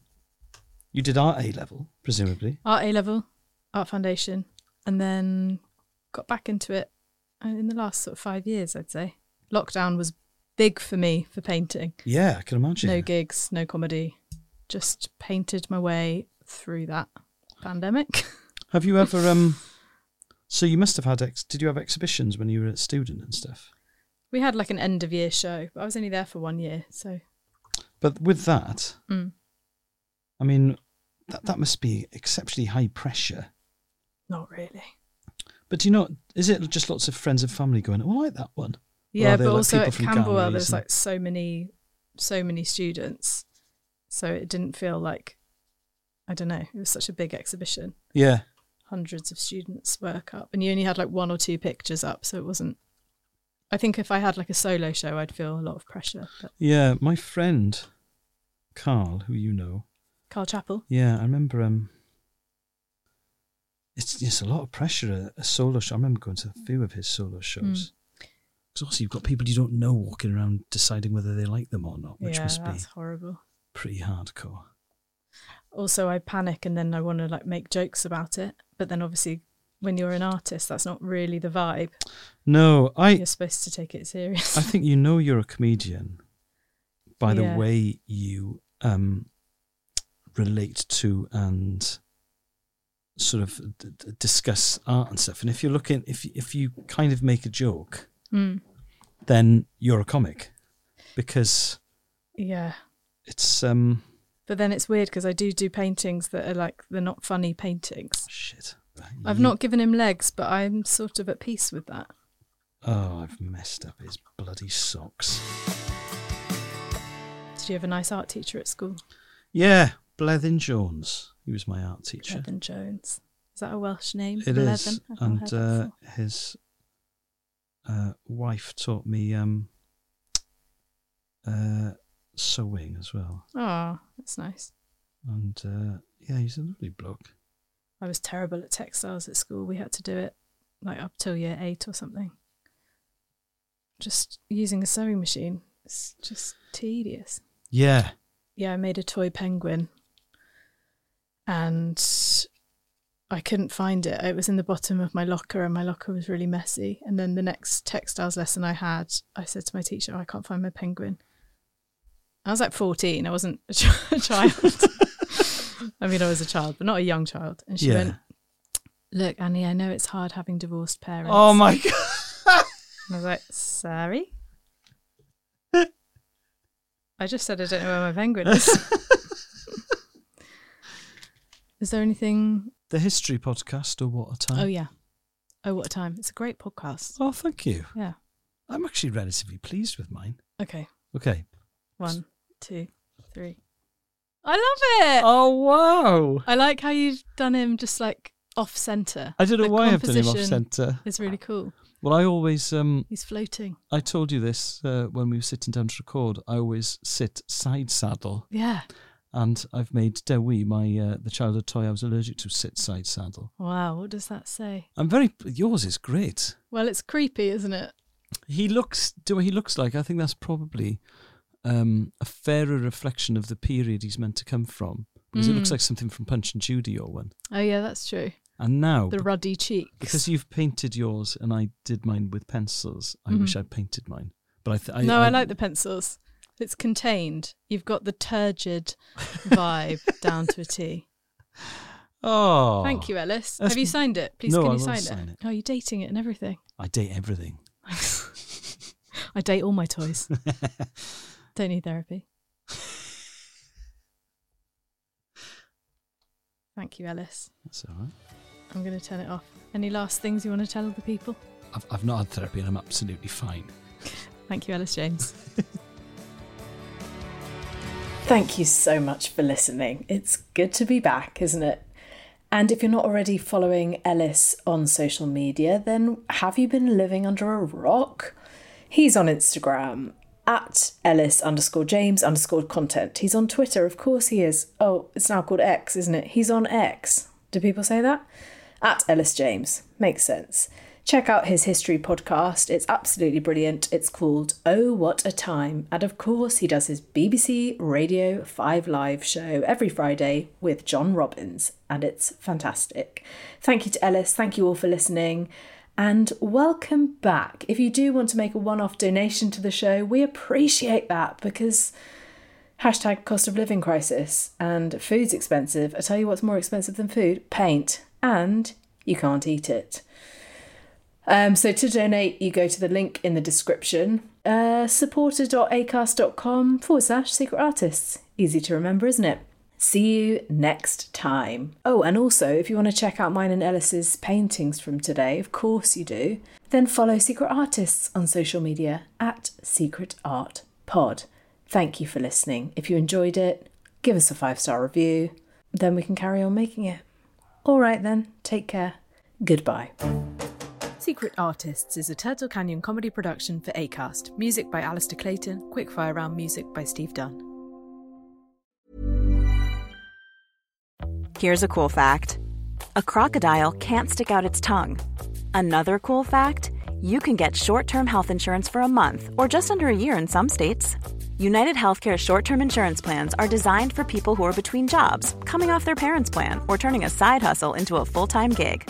[SPEAKER 4] you did art A level, presumably.
[SPEAKER 3] art A level, art foundation, and then got back into it uh, in the last sort of five years, I'd say. Lockdown was big for me for painting.
[SPEAKER 4] Yeah, I can imagine.
[SPEAKER 3] no gigs, no comedy, just painted my way through that pandemic. <laughs>
[SPEAKER 4] Have you ever um? So you must have had ex. Did you have exhibitions when you were a student and stuff?
[SPEAKER 3] we had like an end of year show, but I was only there for one year, so
[SPEAKER 4] But with that,
[SPEAKER 3] mm,
[SPEAKER 4] I mean, that that must be exceptionally high pressure.
[SPEAKER 3] not really.
[SPEAKER 4] But do you know, is it just lots of friends and family going, oh, I like that one?
[SPEAKER 3] Yeah,
[SPEAKER 4] they
[SPEAKER 3] but
[SPEAKER 4] like
[SPEAKER 3] also
[SPEAKER 4] people
[SPEAKER 3] at
[SPEAKER 4] from
[SPEAKER 3] Camberwell,
[SPEAKER 4] galleries
[SPEAKER 3] there's
[SPEAKER 4] and-
[SPEAKER 3] like so many, so many students, so it didn't feel like, I don't know, it was such a big exhibition.
[SPEAKER 4] Yeah.
[SPEAKER 3] hundreds of students work up and you only had like one or two pictures up so it wasn't i think if i had like a solo show i'd feel a lot of pressure but
[SPEAKER 4] Yeah. My friend, Carl, who you know,
[SPEAKER 3] carl chapel
[SPEAKER 4] yeah, I remember um, it's, it's a lot of pressure, a, a solo show. I remember going to a few of his solo shows.
[SPEAKER 3] Hmm.
[SPEAKER 4] Because also, you've got people you don't know walking around deciding whether they like them or not, which
[SPEAKER 3] yeah
[SPEAKER 4] must be
[SPEAKER 3] that's horrible
[SPEAKER 4] pretty hardcore.
[SPEAKER 3] also i panic and then i want to like make jokes about it but then obviously when you're an artist that's not really the vibe
[SPEAKER 4] No, I,
[SPEAKER 3] you're supposed to take it serious <laughs>
[SPEAKER 4] I think you know you're a comedian by
[SPEAKER 3] Yeah.
[SPEAKER 4] the way you um, relate to and sort of d- d- discuss art and stuff. And if you're looking, if if you kind of make a joke,
[SPEAKER 3] Mm,
[SPEAKER 4] then you're a comic because
[SPEAKER 3] yeah
[SPEAKER 4] it's um
[SPEAKER 3] but then it's weird because i do do paintings that are like they're not funny paintings
[SPEAKER 4] shit.
[SPEAKER 3] i've
[SPEAKER 4] You-
[SPEAKER 3] not given him legs but i'm sort of at peace with that
[SPEAKER 4] Oh, I've messed up his bloody socks.
[SPEAKER 3] Did you have a nice art teacher at school?
[SPEAKER 4] Yeah, Blethyn Jones. He was my art teacher.
[SPEAKER 3] Blevin Jones. Is that a Welsh name?
[SPEAKER 4] It is,
[SPEAKER 3] Blevin? I've not heard
[SPEAKER 4] and
[SPEAKER 3] that
[SPEAKER 4] uh,
[SPEAKER 3] before.
[SPEAKER 4] his uh, wife taught me um, uh, sewing as well.
[SPEAKER 3] Oh, that's nice.
[SPEAKER 4] And uh, yeah, he's a lovely bloke.
[SPEAKER 3] I was terrible at textiles at school. We had to do it like up till year eight or something. Just using a sewing machine. It's just tedious.
[SPEAKER 4] Yeah,
[SPEAKER 3] yeah, I made a toy penguin and I couldn't find it. It was in the bottom of my locker and my locker was really messy. And then the next textiles lesson I had, I said to my teacher, "Oh, I can't find my penguin. I was like 14. I wasn't a <laughs> ch- a child. <laughs> I mean, I was a child, but not a young child. And she
[SPEAKER 4] yeah.
[SPEAKER 3] went, Look, Annie, I know it's hard having divorced parents.
[SPEAKER 4] oh my god!
[SPEAKER 3] And I was like, <laughs> sorry? I just said I don't know where my penguin is. <laughs> is there anything?
[SPEAKER 4] The history podcast or what a time?
[SPEAKER 3] Oh, yeah. Oh, what a time. It's a great podcast.
[SPEAKER 4] Oh, thank you.
[SPEAKER 3] Yeah.
[SPEAKER 4] I'm actually relatively pleased with mine.
[SPEAKER 3] Okay.
[SPEAKER 4] Okay.
[SPEAKER 3] One, two, three. I love it.
[SPEAKER 4] Oh wow!
[SPEAKER 3] I like how you've done him just like off center.
[SPEAKER 4] I don't know why I've done him off centre.
[SPEAKER 3] It's really cool.
[SPEAKER 4] Well, I always um,
[SPEAKER 3] He's floating.
[SPEAKER 4] I told you this uh, when we were sitting down to record. I always sit side saddle,
[SPEAKER 3] Yeah.
[SPEAKER 4] and I've made Dewi, my uh, the childhood toy I was allergic to, sit side saddle.
[SPEAKER 3] Wow. What does that say?
[SPEAKER 4] I'm very. Yours is great.
[SPEAKER 3] Well, it's creepy, isn't it?
[SPEAKER 4] He looks. Do what he looks like. I think that's probably um, a fairer reflection of the period he's meant to come from, because it looks
[SPEAKER 3] Mm.
[SPEAKER 4] like something from Punch and Judy, your one.
[SPEAKER 3] Oh, yeah, that's true.
[SPEAKER 4] And now,
[SPEAKER 3] The ruddy cheeks.
[SPEAKER 4] Oh, because you've painted yours and I did mine with pencils, I
[SPEAKER 3] Mhm.
[SPEAKER 4] wish I'd painted mine. But I, th- I
[SPEAKER 3] no, I, like the pencils. It's contained. You've got
[SPEAKER 4] <laughs>
[SPEAKER 3] the turgid vibe down to a T.
[SPEAKER 4] Oh,
[SPEAKER 3] Thank you, Ellis.
[SPEAKER 4] That's-
[SPEAKER 3] Have you signed it? Please,
[SPEAKER 4] No,
[SPEAKER 3] can
[SPEAKER 4] I
[SPEAKER 3] you
[SPEAKER 4] will
[SPEAKER 3] sign,
[SPEAKER 4] sign it.
[SPEAKER 3] Oh, you're dating it and everything.
[SPEAKER 4] I date
[SPEAKER 3] <laughs>
[SPEAKER 4] everything.
[SPEAKER 3] I date all
[SPEAKER 4] <laughs>
[SPEAKER 3] my toys. Don't need therapy. Thank you, Ellis.
[SPEAKER 4] That's all right.
[SPEAKER 3] I'm going to turn it off. Any last things you want to tell the people?
[SPEAKER 4] I've, I've not had therapy and I'm absolutely fine.
[SPEAKER 3] Thank you, Ellis James.
[SPEAKER 2] Thank you so much for listening. It's good to be back, isn't it? And if you're not already following Ellis on social media, then have you been living under a rock? He's on Instagram at Ellis underscore James underscore content. He's on Twitter, of course he is. Oh, it's now called X, isn't it? He's on X. Do people say that? At Ellis James. Makes sense. Check out his history podcast. It's absolutely brilliant. It's called Oh What a Time. And of course, he does his BBC Radio 5 Live show every Friday with John Robbins. And it's fantastic. Thank you to Ellis. Thank you all for listening. And welcome back. If you do want to make a one off donation to the show, we appreciate that because hashtag cost of living crisis and food's expensive. I tell you what's more expensive than food paint, and you can't eat it. Um, so to donate, you go to the link in the description uh, supporter.acast.com forward slash secret artists. Easy to remember, isn't it? See you next time. Oh, and also, if you want to check out mine and Ellis's paintings from today, of course you do, then follow Secret Artists on social media at Secret Art Pod. Thank you for listening. If you enjoyed it, give us a five star review, then we can carry on making it. All right, then, take care. Goodbye. Secret Artists is a Turtle Canyon comedy production for ACAST. Music by Alistair Clayton, Quickfire Round music by Steve Dunn.
[SPEAKER 6] Here's a cool fact a crocodile can't stick out its tongue. Another cool fact you can get short term health insurance for a month or just under a year in some states. United Healthcare short term insurance plans are designed for people who are between jobs, coming off their parents' plan, or turning a side hustle into a full time gig.